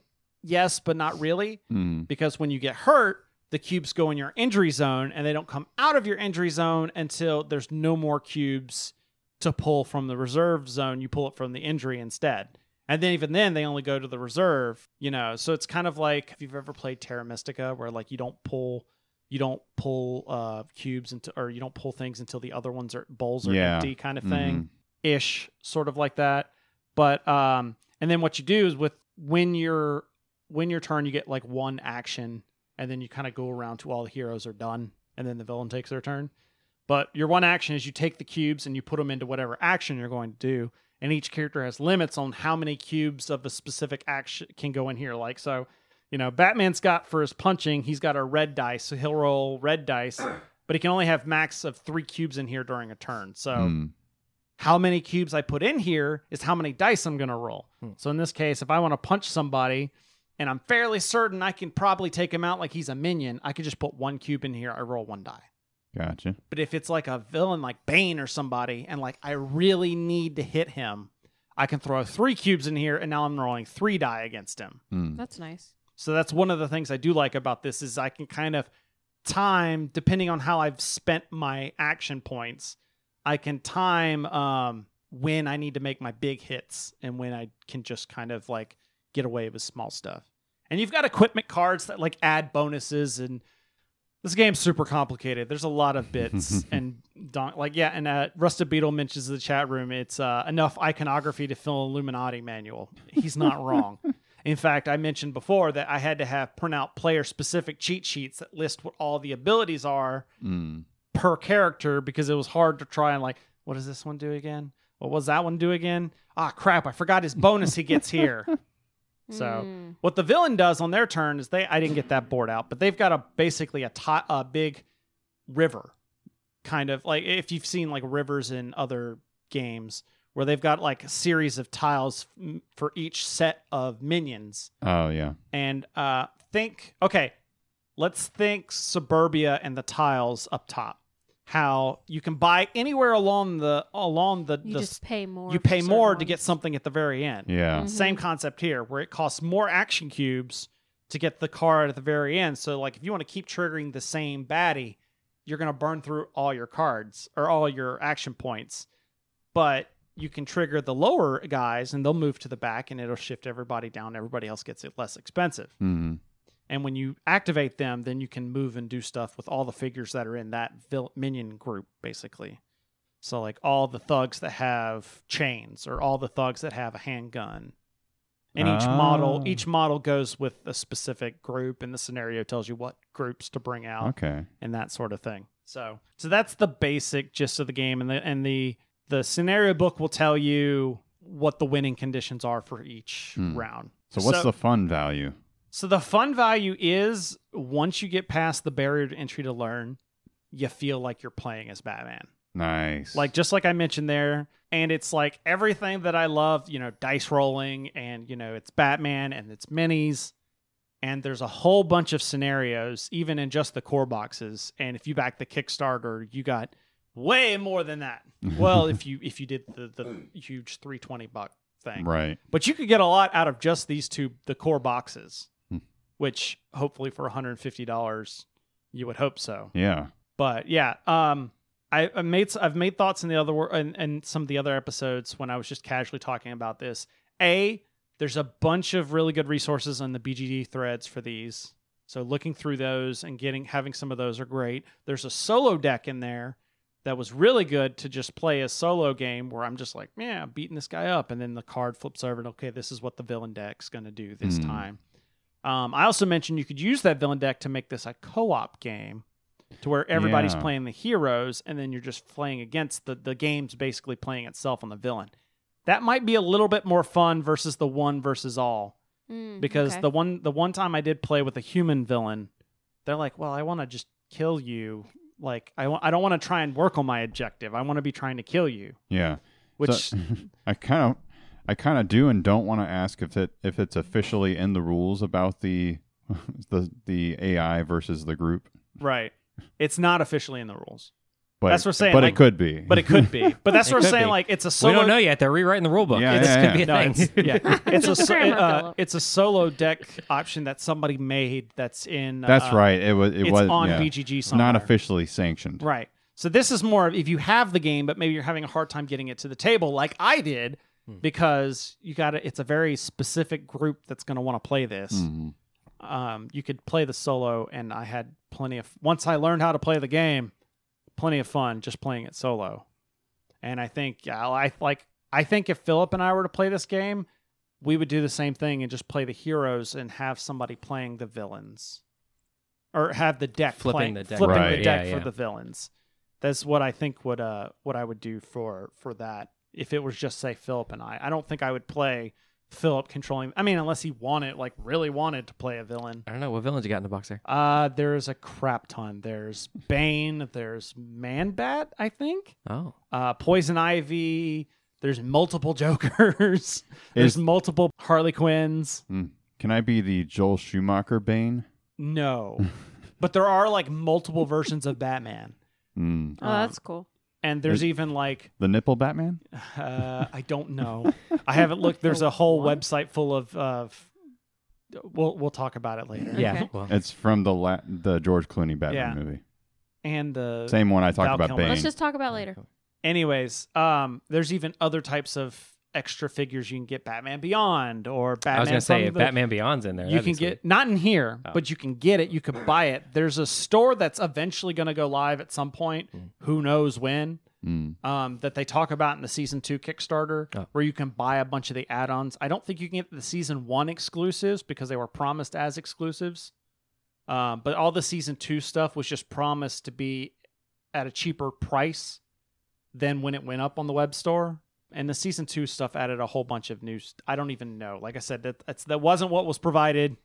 S1: yes, but not really,
S2: Mm.
S1: because when you get hurt, the cubes go in your injury zone and they don't come out of your injury zone until there's no more cubes to pull from the reserve zone. You pull it from the injury instead. And then even then, they only go to the reserve, you know. So it's kind of like if you've ever played Terra Mystica, where like you don't pull, you don't pull uh cubes into, or you don't pull things until the other ones are bowls are
S2: Yeah. Mm-hmm.
S1: empty, kind of thing, ish, sort of like that. But um, and then what you do is with when you're when your turn, you get like one action, and then you kind of go around to all the heroes are done, and then the villain takes their turn. But your one action is you take the cubes and you put them into whatever action you're going to do. And each character has limits on how many cubes of a specific action can go in here. Like, so, you know, Batman's got for his punching, he's got a red dice. So he'll roll red dice, but he can only have max of three cubes in here during a turn. So
S2: Mm.
S1: how many cubes I put in here is how many dice I'm going to roll.
S4: Hmm.
S1: So in this case, if I want to punch somebody and I'm fairly certain I can probably take him out like he's a minion, I could just put one cube in here. I roll one die.
S2: Gotcha.
S1: But if it's like a villain like Bane or somebody, and like I really need to hit him, I can throw three cubes in here, and now I'm rolling three die against him.
S2: Mm.
S3: That's nice.
S1: So that's one of the things I do like about this is I can kind of time depending on how I've spent my action points. I can time um, when I need to make my big hits and when I can just kind of like get away with small stuff. And you've got equipment cards that like add bonuses and this game's super complicated. There's a lot of bits and don- like yeah, and uh, Rusted Beetle mentions in the chat room it's uh, enough iconography to fill an Illuminati manual. He's not wrong. In fact, I mentioned before that I had to have print out player specific cheat sheets that list what all the abilities are
S2: Mm.
S1: per character because it was hard to try and like, what does this one do again? What was that one do again? Ah, crap! I forgot his bonus he gets here. So-
S3: Mm.
S1: what the villain does on their turn is they I didn't get that board out, but they've got a basically a ti a big river kind of like if you've seen like rivers in other games where they've got like a series of tiles mm, for each set of minions
S2: Oh yeah.
S1: and uh think okay let's think suburbia and the tiles up top how you can buy anywhere along the along the,
S3: you
S1: the
S3: just pay more.
S1: you
S3: for
S1: pay
S3: certain
S1: more to
S3: ones.
S1: get something at the very end
S2: Yeah.
S3: Mhm.
S1: same concept here, where it costs more action cubes to get the card at the very end. So, like, if you want to keep triggering the same baddie, you're going to burn through all your cards or all your action points. But you can trigger the lower guys and they'll move to the back and it'll shift everybody down. Everybody else gets it less expensive.
S2: Mm.
S1: And when you activate them, then you can move and do stuff with all the figures that are in that vil- minion group, basically. So, like all the thugs that have chains, or all the thugs that have a handgun, and each model
S2: Oh.
S1: each model goes with a specific group, and the scenario tells you what groups to bring out
S2: Okay.
S1: and that sort of thing. So, so that's the basic gist of the game, and the and the the scenario book will tell you what the winning conditions are for each
S2: Hmm.
S1: round.
S2: So what's
S1: So-
S2: the fun value?
S1: So the fun value is once you get past the barrier to entry to learn, you feel like you're playing as Batman.
S2: Nice.
S1: Like just like I mentioned there, and it's like everything that I love, you know, dice rolling and you know, it's Batman and it's minis and there's a whole bunch of scenarios even in just the core boxes. And if you back the Kickstarter, you got way more than that. Well, if you if you did the the huge 320 buck thing
S2: right.
S1: but you could get a lot out of just these two the core boxes
S2: Hmm.
S1: which hopefully for $150 you would hope so
S2: Yeah.
S1: but yeah um I, I made s- i've made thoughts in the other wor- and, and some of the other episodes when i was just casually talking about this a there's a bunch of really good resources on the bgd threads for these so looking through those and getting having some of those are great there's a solo deck in there that was really good to just play a solo game where i'm just like yeah i'm beating this guy up and then the card flips over and okay this is what the villain deck's going to do this
S2: Hmm.
S1: time um, i also mentioned you could use that villain deck to make this a co-op game to where everybody's
S2: Yeah.
S1: playing the heroes and then you're just playing against the the game's basically playing itself on the villain. That might be a little bit more fun versus the one versus all
S3: Mm,
S1: because
S3: okay.
S1: the one the one time I did play with a human villain, they're like, "Well, I want to just kill you. Like I want I don't want to try and work on my objective. I want to be trying to kill you."
S2: Yeah.
S1: Which
S2: So- I kind of I kind of do and don't want to ask if it if it's officially in the rules about the the the AI versus the group.
S1: right. It's not officially in the rules,
S2: But
S1: That's what I'm saying,
S2: But
S1: like-
S2: it could be.
S1: but it could be. But that's
S4: It
S1: what I'm
S4: could
S1: saying
S4: be.
S1: like it's a
S4: we
S1: solo
S4: don't know yet. They're rewriting the rule book.
S2: Yeah,
S4: this
S2: yeah,
S4: could
S2: yeah.
S4: be a
S1: No,
S4: thing.
S1: it's, yeah, it's a so,
S3: Grammar,
S1: uh,
S3: Philip.
S1: it's a solo deck option that somebody made. That's in
S2: That's
S1: uh,
S2: right. It was. It
S1: it's
S2: was
S1: on
S2: yeah.
S1: BGG
S2: It's
S1: somewhere.
S2: Not officially sanctioned.
S1: right? So this is more of if you have the game, but maybe you're having a hard time getting it to the table, like I did,
S2: Hmm.
S1: because you got to It's a very specific group that's going to want to play this.
S2: Mhm.
S1: Um, you could play the solo, and I had plenty of. Once I learned how to play the game, plenty of fun just playing it solo. And I think yeah, I like I think if Philip and I were to play this game, we would do the same thing and just play the heroes and have somebody playing the villains. Or have the deck
S4: Flipping
S1: playing,
S4: the deck.
S1: flipping
S2: Right,
S1: the
S4: yeah,
S1: deck for
S4: yeah.
S1: the villains. That's what I think would uh what I would do for for that if it was just say Philip and I. I don't think I would play Philip controlling I mean unless he wanted like really wanted to play a villain.
S4: I don't know what villains you got in the box there.
S1: Uh, there's a crap ton. There's Bane. There's Man Bat, I think.
S4: Oh,
S1: Uh, Poison Ivy. There's multiple Jokers. there's
S2: Is-
S1: multiple Harley Quinns.
S2: Mm. Can I be the Joel Schumacher Bane?
S1: No, but there are like multiple versions of Batman.
S2: Mm.
S3: oh, that's cool.
S1: And there's
S2: Is-
S1: even like
S2: The nipple Batman?
S1: uh, I don't know. I haven't looked. There's a whole website full of of. We'll we'll talk about it later.
S4: yeah.
S3: Okay.
S4: Well,
S2: It's from the la- the George Clooney Batman
S1: Yeah.
S2: movie.
S1: And the
S2: Same one I talked
S1: Val
S2: about.
S1: Kilmer.
S2: Bane.
S3: Let's just talk about later.
S1: anyways um there's even other types of extra figures you can get batman beyond or batman
S4: I was gonna say
S1: from
S4: if
S1: the-
S4: Batman Beyond's in there,
S1: you
S4: that'd be
S1: can
S4: sweet.
S1: get not in here
S4: Oh.
S1: but you can get it you could buy it there's a store that's eventually going to go live at some point
S4: Hmm.
S1: who knows when
S2: Mm.
S1: um, that they talk about in the season two Kickstarter,
S4: Oh.
S1: where you can buy a bunch of the add ons. I don't think you can get the season one exclusives because they were promised as exclusives. Um, but all the season two stuff was just promised to be at a cheaper price than when it went up on the web store. And the season two stuff added a whole bunch of new. St- I don't even know. Like I said, that that's, that wasn't what was provided,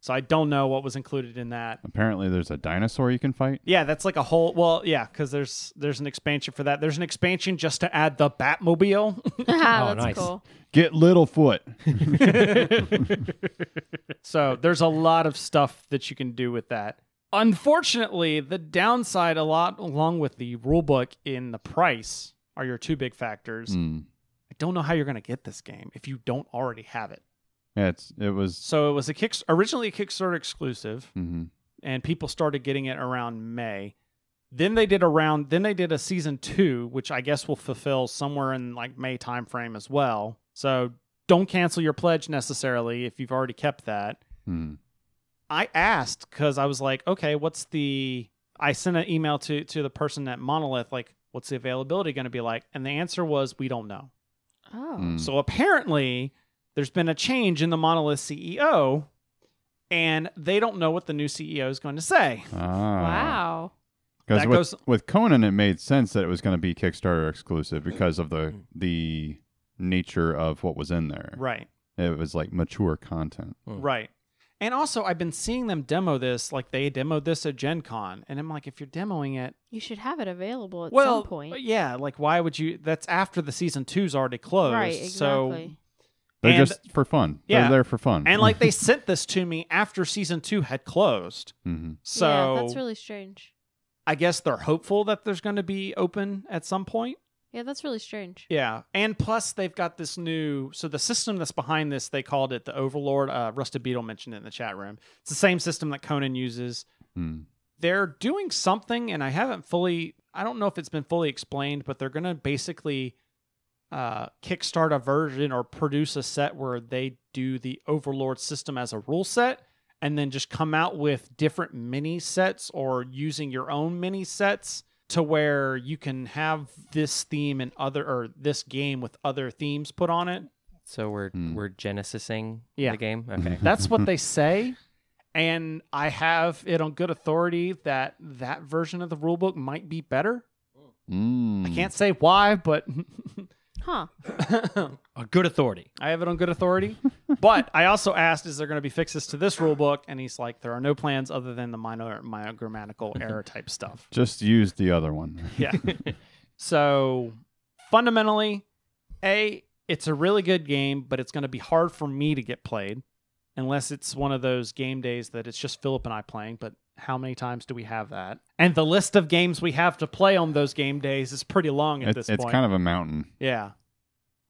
S1: so I don't know what was included in that.
S2: Apparently, there's a dinosaur you can fight.
S1: Yeah, that's like a whole. Well, yeah, because there's there's an expansion for that. There's an expansion just to add the Batmobile.
S3: Ah,
S4: Oh,
S3: that's
S4: nice.
S3: cool.
S2: Get Littlefoot.
S1: so there's a lot of stuff that you can do with that. Unfortunately, the downside, a lot along with the rulebook in the price, are your two big factors.
S2: Mm.
S1: I don't know how you're going to get this game if you don't already have it.
S2: Yeah, it's it was.
S1: So it was a kick originally a Kickstarter exclusive.
S2: mhm.
S1: and people started getting it around May. Then they did around then they did a season 2 which I guess will fulfill somewhere in like May timeframe as well. So don't cancel your pledge necessarily if you've already kept that.
S2: Mm.
S1: I asked cuz I was like, "Okay, what's the I sent an email to to the person at Monolith like, what's the availability going to be like?" And the answer was, "We don't know."
S3: Oh,
S2: Mm.
S1: So apparently, there's been a change in the Monolith CEO, and they don't know what the new CEO is going to say.
S2: Ah.
S3: wow.
S2: Because
S1: That
S2: with,
S1: goes-
S2: with Conan, it made sense that it was going to be Kickstarter exclusive because of the the nature of what was in there.
S1: Mm-hmm. Right.
S2: it was like mature content.
S4: Hmm.
S1: Right. And also, I've been seeing them demo this. Like they demoed this at Gen Con, and I'm like, if you're demoing it,
S3: You should have it available at
S1: well,
S3: some point.
S1: yeah. Like, why would you? That's after the season two's already closed.
S3: right, exactly.
S1: So
S2: They're
S1: And-
S2: just for fun.
S1: Yeah.
S2: They're there for fun.
S1: and like they sent this to me after season two had closed.
S2: hmm
S1: So
S3: yeah, that's really strange.
S1: I guess they're hopeful that there's going to be open at some point.
S3: Yeah, that's really strange.
S1: Yeah, and plus they've got this new. So the system that's behind this, they called it the Overlord. Uh, Rusted Beetle mentioned it in the chat room. It's the same system that Conan uses.
S2: Mm.
S1: They're doing something, and I haven't fully. I don't know if it's been fully explained, but they're going to basically uh, kickstart a version or produce a set where they do the Overlord system as a rule set, and then just come out with different mini sets or using your own mini sets to where you can have this theme and other or this game with other themes put on it.
S4: So we're
S2: Hmm.
S4: we're genesising
S1: Yeah.
S4: the game. Okay.
S1: That's what they say. And I have it on good authority that that version of the rulebook might be better.
S2: Mm.
S1: I can't say why, but
S3: Huh.
S4: A good authority.
S1: I have it on good authority. but I also asked, is there going to be fixes to this rule book? And he's like, there are no plans other than the minor, minor grammatical error type stuff.
S2: Just use the other one.
S1: Yeah. so fundamentally, A, it's a really good game, but it's going to be hard for me to get played unless it's one of those game days that it's just Philip and I playing. But how many times do we have that? And the list of games we have to play on those game days is pretty long at
S2: It-
S1: this
S2: it's
S1: point.
S2: kind of a mountain.
S1: Yeah.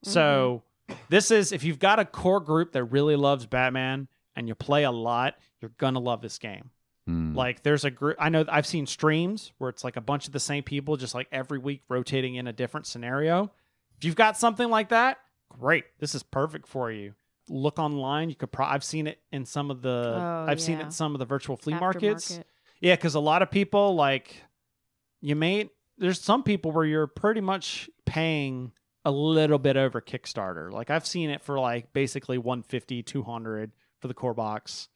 S3: Mm-hmm.
S1: So this is if you've got a core group that really loves Batman and you play a lot, you're gonna love this game.
S2: Mm.
S1: Like there's a group I know I've seen streams where it's like a bunch of the same people just like every week rotating in a different scenario. If you've got something like that, great. This is perfect for you. Look online. You could pro- I've seen it in some of the
S3: Oh,
S1: I've seen it
S3: yeah.
S1: in some of the virtual flea
S3: Aftermarket.
S1: markets. Yeah, because a lot of people like you may there's some people where you're pretty much paying a little bit over Kickstarter. Like I've seen it for like basically 150, 200 for the core box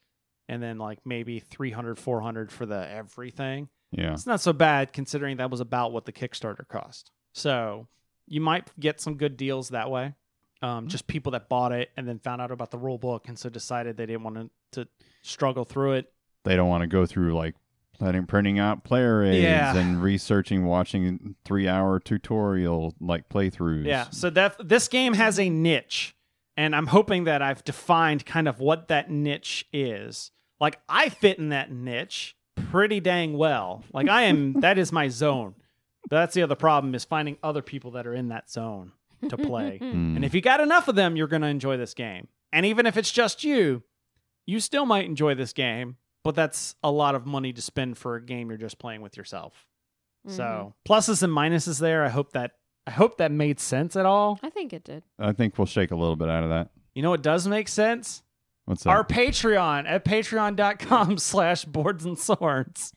S1: and then like maybe 300, 400 for the everything.
S2: yeah.
S1: It's not so bad considering that was about what the Kickstarter cost. So you might get some good deals that way. Um, just people that bought it and then found out about the rule book and so decided they didn't want to, to struggle through it
S2: They don't want to go through like printing, printing out player aids
S1: Yeah.
S2: and researching, watching three hour tutorial like playthroughs.
S1: Yeah. So that this game has a niche, and I'm hoping that I've defined kind of what that niche is. Like I fit in that niche pretty dang well. Like I am that is my zone. But that's the other problem is finding other people that are in that zone to play.
S2: Mm.
S1: and if you got enough of them, you're going to enjoy this game. And even if it's just you, you still might enjoy this game, but that's a lot of money to spend for a game you're just playing with yourself.
S3: Mhm.
S1: So pluses and minuses there. I hope that I hope that made sense at all.
S3: I think it did.
S2: I think we'll shake a little bit out of that.
S1: You know what does make sense?
S2: What's that?
S1: Our Patreon at patreon.com slash boards and swords.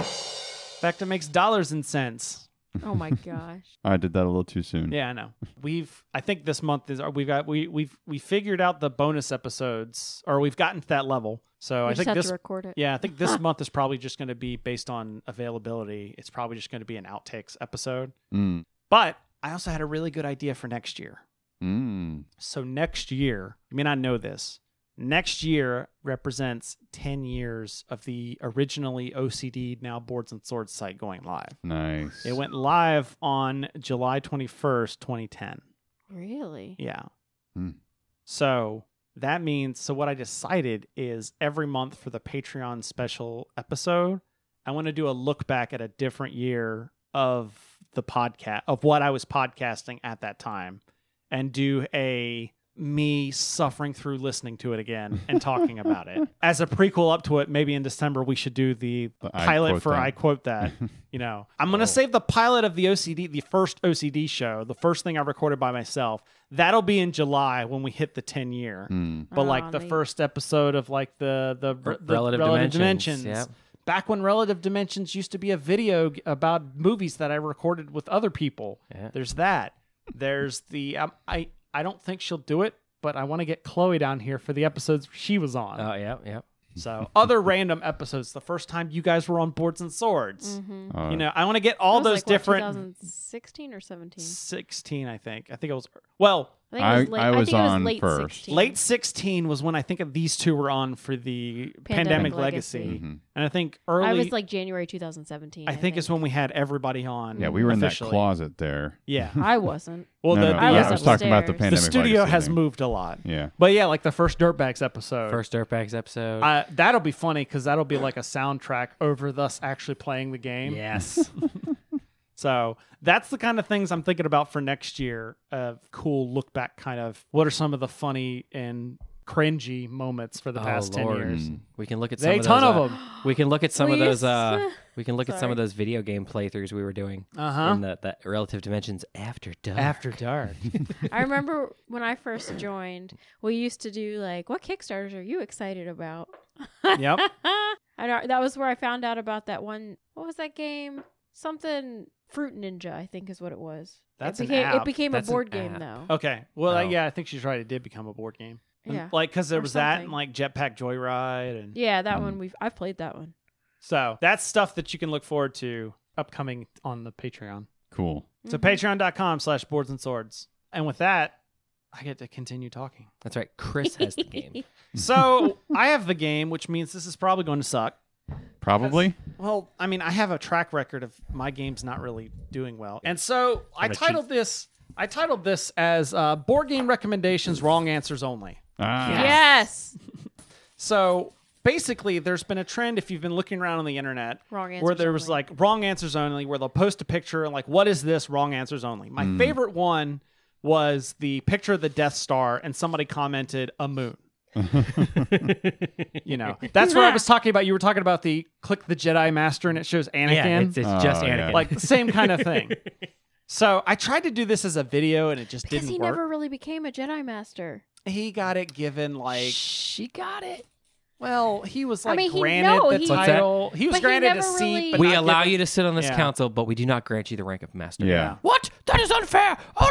S1: In fact, it makes dollars and cents.
S3: Oh my gosh.
S2: I did that a little too soon.
S1: Yeah, I know. We've I think this month is we've got we we've we figured out the bonus episodes or we've gotten to that level. So
S3: We
S1: I
S3: just
S1: think
S3: have
S1: this
S3: to record it.
S1: yeah, I think this month is probably just going to be based on availability. It's probably just going to be an outtakes episode.
S2: Mm.
S1: But I also had a really good idea for next year.
S2: Mm.
S1: So next year, you may not know this. Next year represents 10 years of the originally OCD now Boards and Swords site going live.
S2: Nice.
S1: It went live on July 21st, 2010.
S3: Really?
S1: Yeah.
S2: Hmm.
S1: So that means so what I decided is every month for the Patreon special episode, I want to do a look back at a different year of the podcast of what I was podcasting at that time and do a me suffering through listening to it again and talking about it. As a prequel up to it, maybe in December we should do the,
S2: The I
S1: pilot
S2: quote
S1: for
S2: thing.
S1: I quote that. You know, I'm gonna
S4: Oh.
S1: save the pilot of the OCD, the first OCD show, the first thing I recorded by myself. That'll be in July when we hit the 10 year.
S2: Mm.
S1: But
S3: Aw,
S1: like the
S3: Oh, neat.
S1: first episode of like the the,
S4: Hmm. R-
S1: the
S4: relative dimensions, yep.
S1: Back when relative dimensions used to be a video g- about movies that I recorded with other people.
S4: Yeah.
S1: There's that. There's the um, I I don't think she'll do it, but I want to get Chloe down here for the episodes she was on.
S4: Oh yeah, yeah.
S1: so other random episodes. The first time you guys were on Boards and Swords
S3: Mm-hmm.
S2: All
S1: you
S2: right.
S1: know i want to get all
S3: That was
S1: those
S3: like, what,
S1: different
S3: 2016 or 17.
S1: 16 i think i think it was well
S3: I think it was
S2: I-
S3: late.
S2: I
S3: I,
S2: was
S3: think it was
S2: on
S3: late
S2: first.
S3: 16.
S1: Late 16 was when I think these two were on for the Pandemic,
S3: Pandemic
S1: Legacy.
S3: Legacy.
S2: Mhm.
S1: And I think early,
S3: I was like January 2017.
S1: I think, it's when we had everybody on.
S2: Yeah, we were in that
S1: officially.
S2: closet there.
S1: Yeah.
S3: I wasn't.
S1: Well, the,
S2: no, no,
S1: the,
S3: I
S2: yeah,
S1: uh,
S2: I was talking about the
S3: upstairs.
S1: the
S2: pandemic.
S1: studio
S2: legacy
S1: has
S2: thing.
S1: moved a lot.
S2: Yeah,
S1: But yeah, like the first Dirtbags episode.
S4: First Dirtbags episode.
S1: Uh, that'll be funny because that'll be like a soundtrack over us actually playing the game.
S4: yes.
S1: So that's the kind of things I'm thinking about for next year. Of cool look back, kind of what are some of the funny and cringy moments for the
S4: Oh,
S1: past
S4: Lord.
S1: ten years?
S2: Mm.
S4: We can look at some
S1: There's a
S4: of
S1: ton
S4: those,
S1: of
S4: uh,
S1: them.
S4: We can look at some of
S3: Will you
S4: those. Uh,
S3: s-
S4: we can look at some of
S3: Sorry.
S4: those video game playthroughs we were doing
S1: Uh huh.
S4: in the, the relative dimensions after dark.
S1: After dark.
S3: I remember when I first joined, we used to do like, what Kickstarters are you excited about?
S1: yep.
S3: And I- that was where I found out about that one. What was that game? Something Fruit Ninja, I think, is what it was.
S1: That's
S3: it
S1: an
S3: became,
S1: app.
S3: It became
S4: That's
S3: a
S4: an
S3: board game,
S4: app.
S3: though.
S1: Okay. Well, uh,
S4: Oh.
S1: yeah, I think she's right. It did become a board game. And,
S3: Yeah,
S1: Like because there
S3: Or
S1: was that and
S3: something.
S1: like Jetpack Joyride and
S3: yeah, that
S2: Mm.
S3: one we've I've played that one.
S1: so that's stuff that you can look forward to upcoming on the Patreon.
S2: cool.
S1: So
S3: Mhm.
S1: patreon.com slash boards and swords. And with that, I get to continue talking.
S4: That's right. Chris has the game.
S1: So I have the game, which means this is probably going to suck.
S2: Probably.
S1: Well, I mean, I have a track record of my game's not really doing well, and so I
S4: gonna
S1: titled this. I titled this as uh, "Board Game Recommendations: Wrong Answers Only."
S2: Ah,
S3: yes,
S1: So basically, there's been a trend if you've been looking around on the internet
S3: wrong answer.
S1: where there was
S3: something.
S1: like wrong answers only, where they'll post a picture and like, what is this? Wrong answers only. My
S4: Mm.
S1: favorite one was the picture of the Death Star, and somebody commented a moon. you know, that's what I was talking about. You were talking about the click the Jedi Master, and it shows Anakin,
S4: Yeah, it's, it's just
S2: Oh, yeah.
S4: Anakin.
S1: like the same kind of thing. So I tried to do this as a video, and it just
S3: because
S1: didn't
S3: he
S1: work.
S3: never really became a Jedi Master.
S1: He got it given like
S4: she got it.
S1: well, he was
S3: I
S1: like
S3: mean, he-
S1: granted
S3: no,
S1: the
S3: he-
S4: What's that?
S1: title. He was
S3: But he
S1: granted a
S3: never
S1: seat.
S3: really-
S1: But
S4: we
S1: not
S4: allow
S1: given-
S4: you to sit on this
S1: Yeah.
S4: council, but we do not grant you the rank of master.
S2: Yeah.
S4: What? That is unfair. Oh,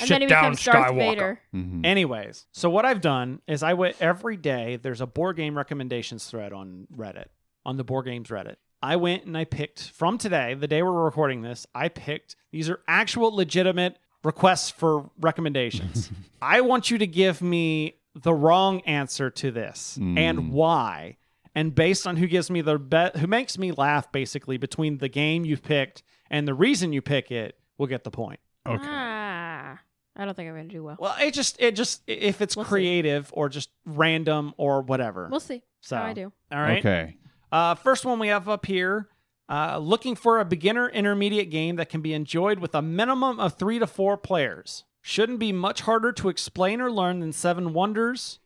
S3: And then he becomes Darth Vader.
S2: Mhm.
S1: Anyways, so what I've done is I went every day. There's a board game recommendations thread on Reddit, on the board games Reddit. I went and I picked from today, the day we're recording this. I picked these are actual legitimate requests for recommendations. I want you to give me the wrong answer to this and
S2: Mm.
S1: why. And based on who gives me the bet, who makes me laugh, basically between the game you picked and the reason you pick it, we'll get the point.
S2: Okay.
S3: Ah, I don't think I'm gonna do well.
S1: Well, it just it just if it's
S3: We'll see.
S1: creative or just random or whatever.
S3: We'll see
S1: so
S3: how I do.
S1: All right.
S2: Okay.
S1: Uh, first one we have up here. Uh, looking for a beginner intermediate game that can be enjoyed with a minimum of three to four players. Shouldn't be much harder to explain or learn than Seven Wonders.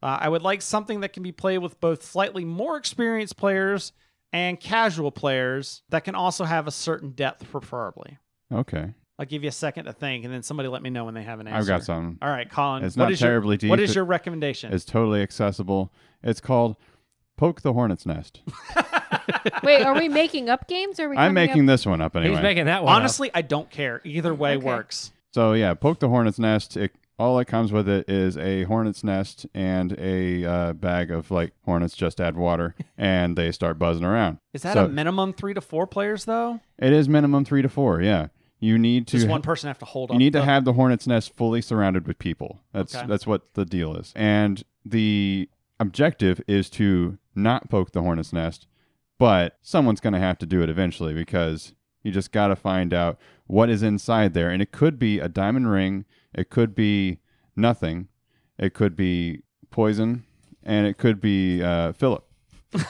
S1: Uh, I would like something that can be played with both slightly more experienced players and casual players that can also have a certain depth, preferably.
S2: Okay.
S1: I'll give you a second to think, and then somebody let me know when they have an answer.
S2: I've got some.
S1: All right, Colin.
S2: It's
S1: Um, what
S2: not
S1: is your-
S2: terribly deep.
S1: What is your recommendation?
S2: It's totally accessible. It's called Poke the Hornet's Nest.
S3: Wait, are we making up games? Or are we?
S2: I'm
S3: coming up-
S2: making this one up anyway.
S4: He's making that one. up.
S1: Honestly, I don't care. Either way
S3: Okay.
S1: works.
S2: so yeah, Poke the Hornet's Nest. It, all that comes with it is a hornet's nest and a uh, bag of like hornets. Just add water, and they start buzzing around.
S1: Is that
S2: So-
S1: a minimum three to four players though?
S2: It is minimum three to four. Yeah, you need to
S1: Does one person have to hold
S2: you
S1: up
S2: need to
S1: the-
S2: have the hornet's nest fully surrounded with people. That's
S1: Okay.
S2: that's what the deal is. And the objective is to not poke the hornet's nest, but someone's going to have to do it eventually because you just got to find out what is inside there. And it could be a diamond ring, it could be nothing, it could be poison, and it could be uh, Philip.
S3: What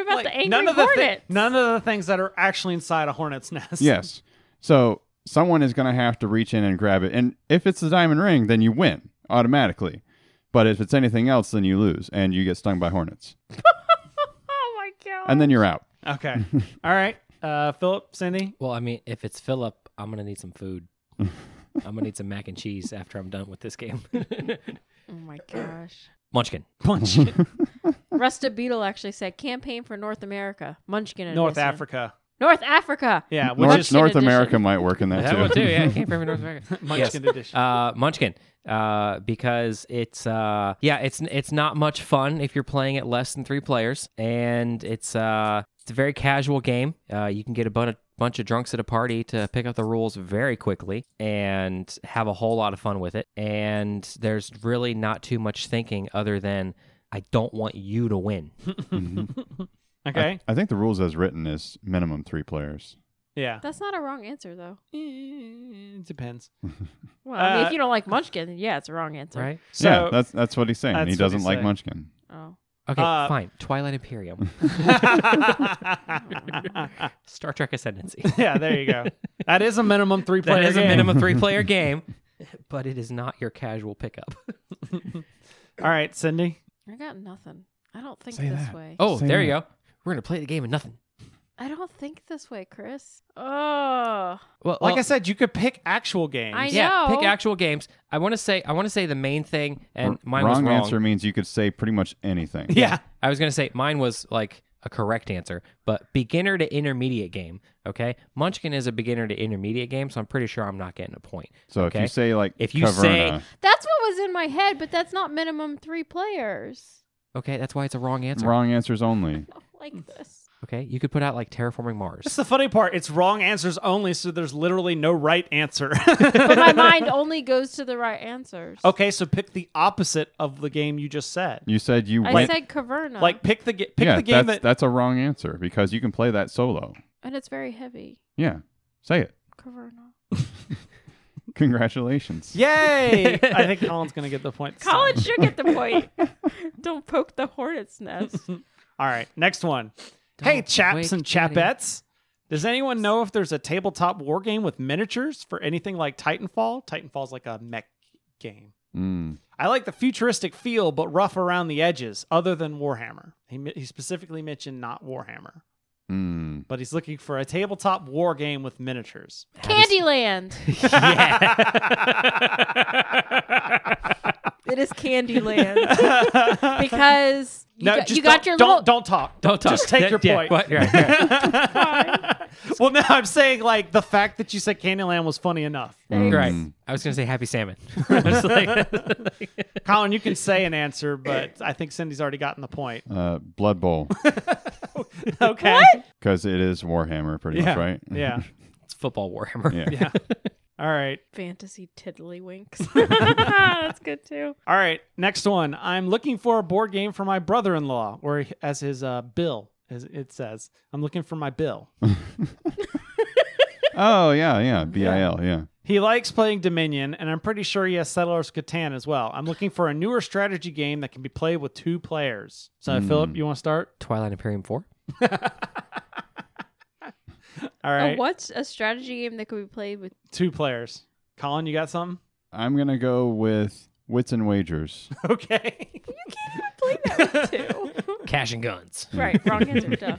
S3: about
S1: Like,
S3: the angry
S1: none of the thi-
S3: hornet?
S1: none of the things that are actually inside a hornet's nest.
S2: Yes. So someone is going to have to reach in and grab it. And if it's the diamond ring, then you win automatically. But if it's anything else, then you lose and you get stung by hornets.
S3: Oh my god!
S2: And then you're out.
S1: Okay. All right. Uh, Philip, Cindy.
S4: Well, I mean, if it's Philip, I'm gonna need some food. I'm gonna need some mac and cheese after I'm done with this game.
S3: oh my gosh.
S4: Munchkin.
S1: Punch
S3: Rusta Beetle actually said campaign for North America, Munchkin in
S1: North
S3: Elysium."
S1: Africa.
S3: North Africa.
S1: Yeah, which
S2: North,
S1: is
S3: Munchkin
S2: North
S3: edition.
S2: America might work in that
S4: That
S2: too.
S4: one too. Yeah, it came from North America.
S1: Munchkin
S4: Yes.
S1: edition.
S4: Uh, Munchkin. Uh, because it's uh, yeah, it's it's not much fun if you're playing it less than three players, and it's uh, it's a very casual game. Uh, you can get a bunch of bunch of drunks at a party to pick up the rules very quickly and have a whole lot of fun with it. And there's really not too much thinking other than I don't want you to win.
S2: mm-hmm.
S1: Okay.
S2: I, I think the rules as written is minimum three players.
S1: yeah.
S3: That's not a wrong answer though.
S1: It depends.
S3: Well, I mean,
S1: Uh,
S3: if you don't like Munchkin, then yeah, it's a wrong answer.
S4: Right?
S1: So
S2: yeah, that's that's what he's saying.
S1: that's
S2: He
S1: what
S2: doesn't
S1: he's
S2: like
S1: saying.
S2: Munchkin.
S3: Oh.
S4: Okay,
S1: Uh,
S4: fine. Twilight Imperium. Star Trek Ascendancy.
S1: yeah, there you go. That is a minimum three player.
S4: That is a
S1: game.
S4: minimum three player game, but it is not your casual pickup.
S1: All right, Cindy.
S3: I got nothing. I don't think
S2: Say
S3: this
S2: that.
S3: way.
S4: Oh,
S2: Say
S4: there you
S2: that.
S4: go. We're going to play the game of nothing.
S3: I don't think this way, Chris. Oh.
S4: Well,
S1: Like
S4: well,
S1: I said, you could pick actual games.
S3: I-
S4: yeah,
S3: know.
S4: pick actual games. I want to say I want to say the main thing, and
S2: R-
S4: mine
S2: wrong,
S4: was wrong.
S2: answer means you could say pretty much anything.
S1: yeah.
S4: I was gonna say mine was like a correct answer, but beginner to intermediate game. Okay, Munchkin is a beginner to intermediate game, so I'm pretty sure I'm not getting a point.
S2: So if
S4: okay?
S2: you say like
S4: If you
S2: Caverna,
S3: That's what was in my head, but that's not minimum three players.
S4: okay, that's why it's a wrong answer.
S2: wrong answers only.
S3: I don't like this.
S4: Okay, you could put out like terraforming
S1: That's
S4: Mars.
S1: the funny part. It's wrong answers only, so there's literally no right answer.
S3: But my mind only goes to the right answers.
S1: okay, so pick the opposite of the game you just said.
S2: You said you
S3: I
S2: went.
S3: said
S4: Uh-huh.
S3: Caverna.
S1: Like pick the ga- pick
S2: yeah,
S1: the game
S2: that's
S1: that
S2: that's a wrong answer because you can play that solo.
S3: and it's very heavy.
S2: Yeah, say it.
S3: Caverna.
S2: Congratulations.
S1: Yay! I think Colin's gonna get the point. this time.
S3: Colin should get the point. Don't poke the hornet's nest.
S1: All right, next one. hey,
S4: Don't
S1: chaps and
S4: wake daddy.
S1: chapettes. Does anyone know if there's a tabletop war game with miniatures for anything like Titanfall? Titanfall's like a mech game.
S2: Mm.
S1: I like the futuristic feel, but rough around the edges, other than Warhammer. He, mi- he specifically mentioned not Warhammer,
S2: Mm.
S1: but he's looking for a tabletop war game with miniatures.
S3: Candyland.
S1: yeah.
S3: it is Candyland because you, got, you got
S1: don't-
S3: your
S1: don't,
S3: little.
S1: Don't talk.
S4: Don't talk.
S1: Just take
S4: That-
S1: your
S4: yeah,
S1: point.
S4: what- right, right.
S1: well, no, I'm saying like the fact that you said Candyland was funny enough.
S3: There you go.
S4: Right.
S2: Mm.
S4: I was gonna say happy salmon. I was like-
S1: Colin, you can say an answer, but I think Cindy's already gotten the point.
S2: Uh, Blood Bowl
S1: Okay.
S2: because it is Warhammer pretty
S1: Yeah.
S2: much, right?
S1: Yeah.
S4: it's football Warhammer.
S2: yeah.
S1: Yeah. All right.
S3: Fantasy tiddlywinks. That's good too.
S1: All right. Next one. I'm looking for a board game for my brother-in-law, or as his uh, bill, as it says. I'm looking for my bill.
S2: Oh yeah, yeah. B I L. Yeah.
S1: He likes playing Dominion, and I'm pretty sure he has Settlers of Catan as well. I'm looking for a newer strategy game that can be played with two players. So, Philip, you want to start?
S4: Twilight Imperium Four.
S1: All
S3: Oh,
S1: right.
S3: what's a strategy game that could be played with?
S1: Two players. Colin, you got something?
S2: I'm gonna go with Wits and Wagers.
S1: Okay.
S3: Play that with two.
S4: Cash and guns.
S3: right, wrong answer. Duh.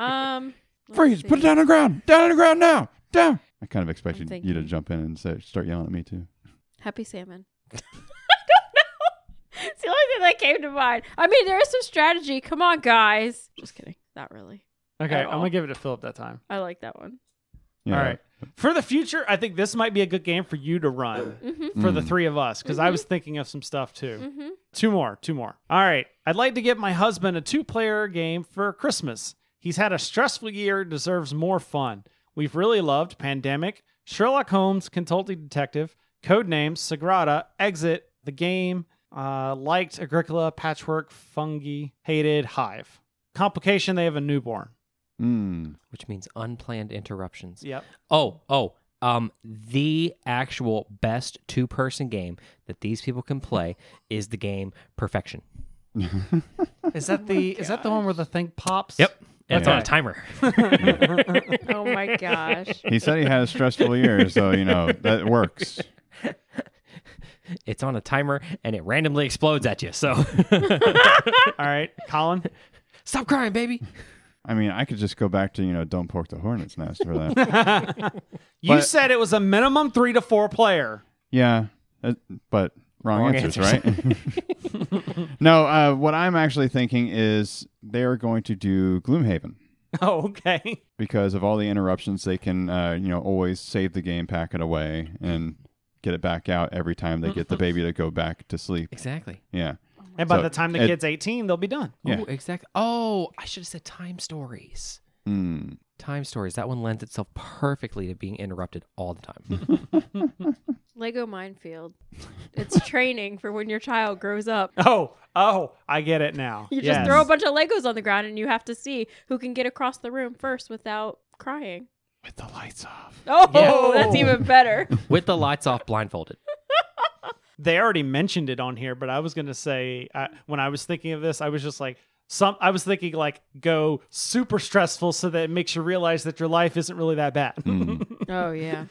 S3: Um, let's
S2: Freeze!
S3: see.
S2: Put it down on the ground. Down on the ground now. Down. I kind of expected you to
S3: thinking.
S2: jump in and say, start yelling at me too.
S3: Happy salmon. I don't know. It's the only thing that came to mind. I mean, there is some strategy. Come on, guys. Just kidding. Not really.
S1: Okay.
S3: At
S1: I'm
S3: all.
S1: going to give it to Philip that time.
S3: I like that one.
S2: Yeah.
S1: All right. For the future, I think this might be a good game for you to run for the three of us because I was thinking of some stuff too.
S3: Mm-hmm.
S1: Two more, two more. All right. I'd like to give my husband a two player game for Christmas. He's had a stressful year and deserves more fun. We've really loved Pandemic, Sherlock Holmes, Consulting Detective, Codenames, Sagrada, Exit, The Game, uh, liked Agricola, Patchwork, Fungi, hated Hive. Complication, they have a newborn.
S2: Mm.
S4: Which means unplanned interruptions.
S1: Yep.
S4: Oh, oh, um, the actual best two person game that these people can play is the game Perfection.
S1: Is that the is that the one where the thing pops?
S4: That's
S2: Okay.
S4: on a timer.
S3: Oh my gosh.
S2: He said he had a stressful year, so you know that works.
S4: It's on a timer and it randomly explodes at you. So
S1: All right, Colin.
S4: stop crying, baby.
S2: I mean, I could just go back to you know, don't poke the hornet's nest for that.
S1: You
S2: But-
S1: said it was a minimum three to four player.
S2: yeah, uh, but wrong,
S4: Wrong
S2: answers, right? no, uh, what I'm actually thinking is they are going to do Gloomhaven
S1: Oh, okay.
S2: because of all the interruptions. They can uh, you know always save the game packet away and get it back out every time they get the baby to go back to sleep.
S4: Exactly.
S2: Yeah,
S1: And by
S2: So,
S1: the time the
S2: it-
S1: kid's 18, they'll be done.
S2: Yeah.
S4: Oh, exactly. Oh, I should have said time stories.
S2: Mm.
S4: Time stories. That one lends itself perfectly to being interrupted all the time.
S3: Lego Minefield. It's training for when your child grows up.
S1: Oh, oh, I get it now.
S3: You
S1: Yes.
S3: just throw a bunch of Legos on the ground and you have to see who can get across the room first without crying.
S2: With the lights off.
S3: Oh,
S1: Yeah.
S3: that's even better.
S4: With the lights off, blindfolded.
S1: They already mentioned it on here, but I was gonna say I, when I was thinking of this, I was just like some. I was thinking like go super stressful so that it makes you realize that your life isn't really that bad.
S2: Mm.
S3: oh yeah.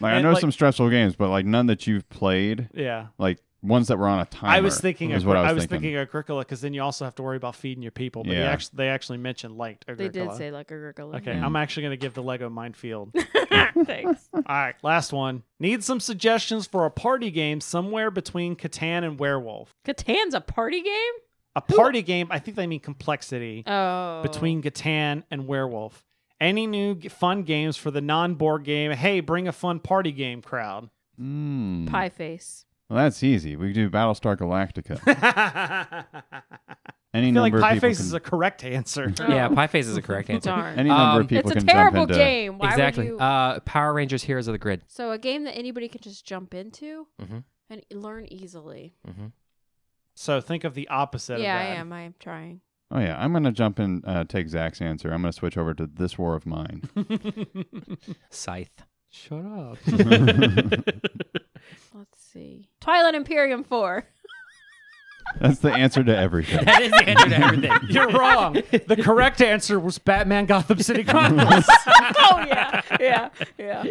S2: Like I
S1: And,
S2: know
S1: like-
S2: some stressful games, but like none that you've played,
S1: yeah.
S2: like ones that were on a timer.
S1: I was thinking
S2: is
S1: of,
S2: what
S1: I was,
S2: thinking.
S1: thinking Agricola because then you also have to worry about feeding your people. But they
S2: Yeah.
S1: actually they actually mentioned liked
S3: They
S1: Agricola.
S3: did say like Agricola.
S1: Okay,
S2: Mm.
S1: I'm actually gonna give the Lego minefield.
S3: Thanks.
S1: All right, last one. Need some suggestions for a party game somewhere between Catan and Werewolf.
S3: Catan's a party game?
S1: A party game, I think they mean complexity
S3: Oh.
S1: between Catan and Werewolf. Any new g- fun games for the non-board game? Hey, bring a fun party game crowd.
S2: Mm.
S3: Pie Face.
S2: Well, that's easy. We do Battlestar Galactica.
S1: I
S2: Any
S1: feel like
S2: number
S1: Pie
S2: of people
S1: Face
S2: can,
S1: is a correct answer.
S4: Yeah, pie face is the correct answer.
S3: Darn.
S2: any number
S4: Um,
S2: of people
S3: it's a
S2: can
S3: terrible
S2: jump into.
S3: game. Why
S4: exactly.
S3: Would you...
S4: Uh, Power Rangers Heroes of the Grid.
S3: so a game that anybody can just jump into
S4: Mhm.
S3: and e-, learn easily.
S4: Mm-hmm.
S1: So think of the opposite
S3: yeah, I
S1: of that.
S3: am. I am trying.
S2: Oh yeah, I'm gonna jump and uh, take Zach's answer. I'm gonna switch over to this war of mine.
S4: Scythe. Shut up.
S3: Let's see. Twilight Imperium 4.
S2: That's the answer to everything.
S4: that is the answer to everything.
S1: You're wrong. The correct answer was Batman Gotham City Chronicles.
S3: oh yeah. Yeah. Yeah.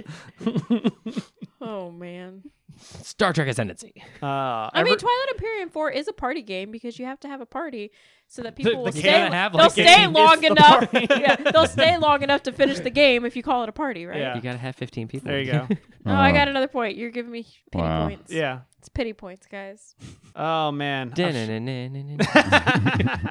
S3: oh man.
S4: Star Trek Ascendancy.
S1: Uh,
S3: I mean,
S1: ever-
S3: Twilight Imperium Four is a party game because you have to have a party so that people
S1: the
S3: will
S1: game-
S3: stay.
S4: Gotta have,
S3: they'll
S4: like, a
S3: stay
S1: game
S3: long
S1: is the
S3: enough.
S1: party.
S3: yeah, they'll stay long enough to finish the game if you call it a party, right?
S1: Yeah.
S4: You gotta have 15 people.
S1: there you go.
S3: Oh, I got another point. You're giving me pity
S2: Wow.
S3: points.
S1: Yeah.
S3: it's pity points, guys.
S1: Oh man. I was-
S4: Da-na-na-na-na-na.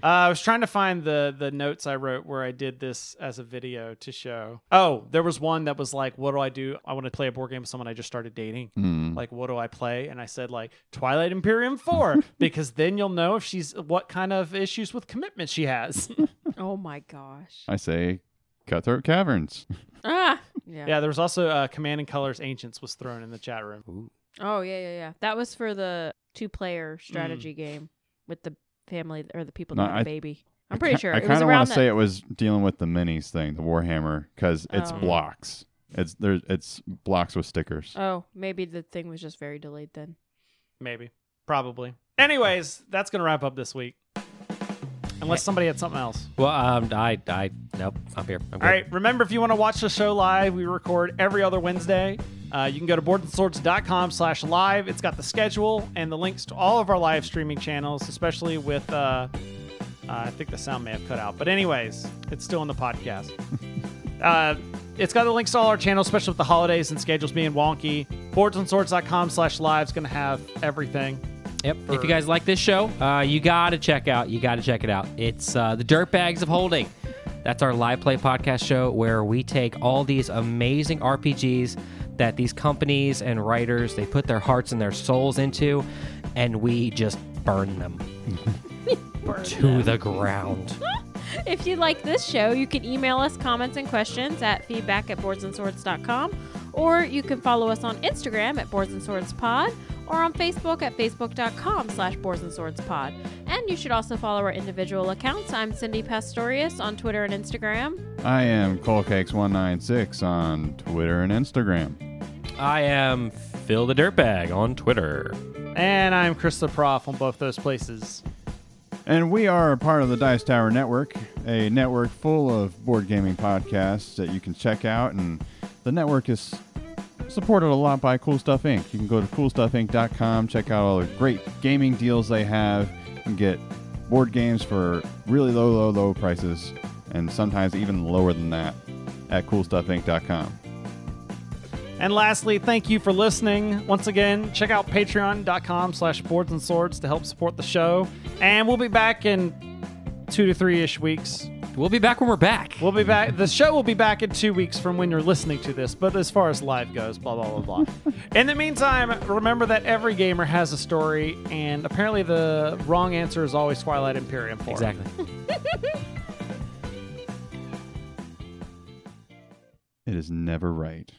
S1: Uh, I was trying to find the the notes I wrote where I did this as a video to show. Oh, there was one that was like, "What do I do? I want to play a board game with someone I just started dating.
S2: Mm.
S1: Like, what do I play?" And I said like Twilight Imperium Four because then you'll know if she's what kind of issues with commitment she has.
S3: Oh my gosh.
S2: I say, Cutthroat Caverns.
S3: Ah. Yeah.
S1: yeah, there was also uh, Command and Colors Ancients was thrown in the chat room.
S4: Ooh.
S3: Oh yeah, yeah, yeah. That was for the two-player strategy game with the family or the people
S2: Mm. No,
S3: that have
S2: I-
S3: a baby. I'm pretty sure
S2: I
S3: it was
S2: kind of
S3: around
S2: want
S3: that.
S2: to say it was dealing with the minis thing, the Warhammer, because it's
S3: Oh.
S2: blocks. It's there. It's blocks with stickers.
S3: Oh, maybe the thing was just very delayed then.
S1: Maybe, probably. Anyways, that's gonna wrap up this week. Unless somebody had something else.
S4: Well, um, I, I, nope, I'm here. I'm good.
S1: All right. Remember, if you want to watch the show live, we record every other Wednesday. Uh, you can go to boardandsorts.com slash live. It's got the schedule and the links to all of our live streaming channels, especially with, uh, uh, I think the sound may have cut out. But anyways, it's still in the podcast. uh, it's got the links to all our channels, especially with the holidays and schedules being wonky. Boardsandsorts.com slash live is going to have everything.
S4: Yep. If you guys like this show, uh, you gotta check out. You gotta check it out. It's uh, the Dirtbags of Holding. That's our live play podcast show where we take all these amazing RPGs that these companies and writers they put their hearts and their souls into, and we just burn them to the ground.
S3: If you like this show, you can email us comments and questions at feedback at boardsandswords.com, or you can follow us on Instagram at Boards and Swords Pod, or on Facebook at facebook.com slash Boards and Swords Pod. And you should also follow our individual accounts. I'm Cindy Pastorius on Twitter and Instagram.
S2: I am Colecakes196 on Twitter and Instagram.
S4: I am Phil the Dirtbag on Twitter.
S1: And I'm Chris the Prof on both those places.
S2: And we are a part of the Dice Tower Network, a network full of board gaming podcasts that you can check out. And the network is supported a lot by Cool Stuff Inc. You can go to coolstuffinc.com, check out all the great gaming deals they have, and get board games for really low, low, low prices, and sometimes even lower than that at coolstuffinc.com.
S1: And lastly, thank you for listening. Once again, check out patreon.com slash boards and swords to help support the show. And we'll be back in two to three ish weeks.
S4: We'll be back when we're back.
S1: We'll be back. The show will be back in two weeks from when you're listening to this, but as far as live goes, blah, blah, blah, blah. in the meantime, remember that every gamer has a story, and apparently the wrong answer is always Twilight Imperium 4.
S4: Exactly.
S2: It is never right.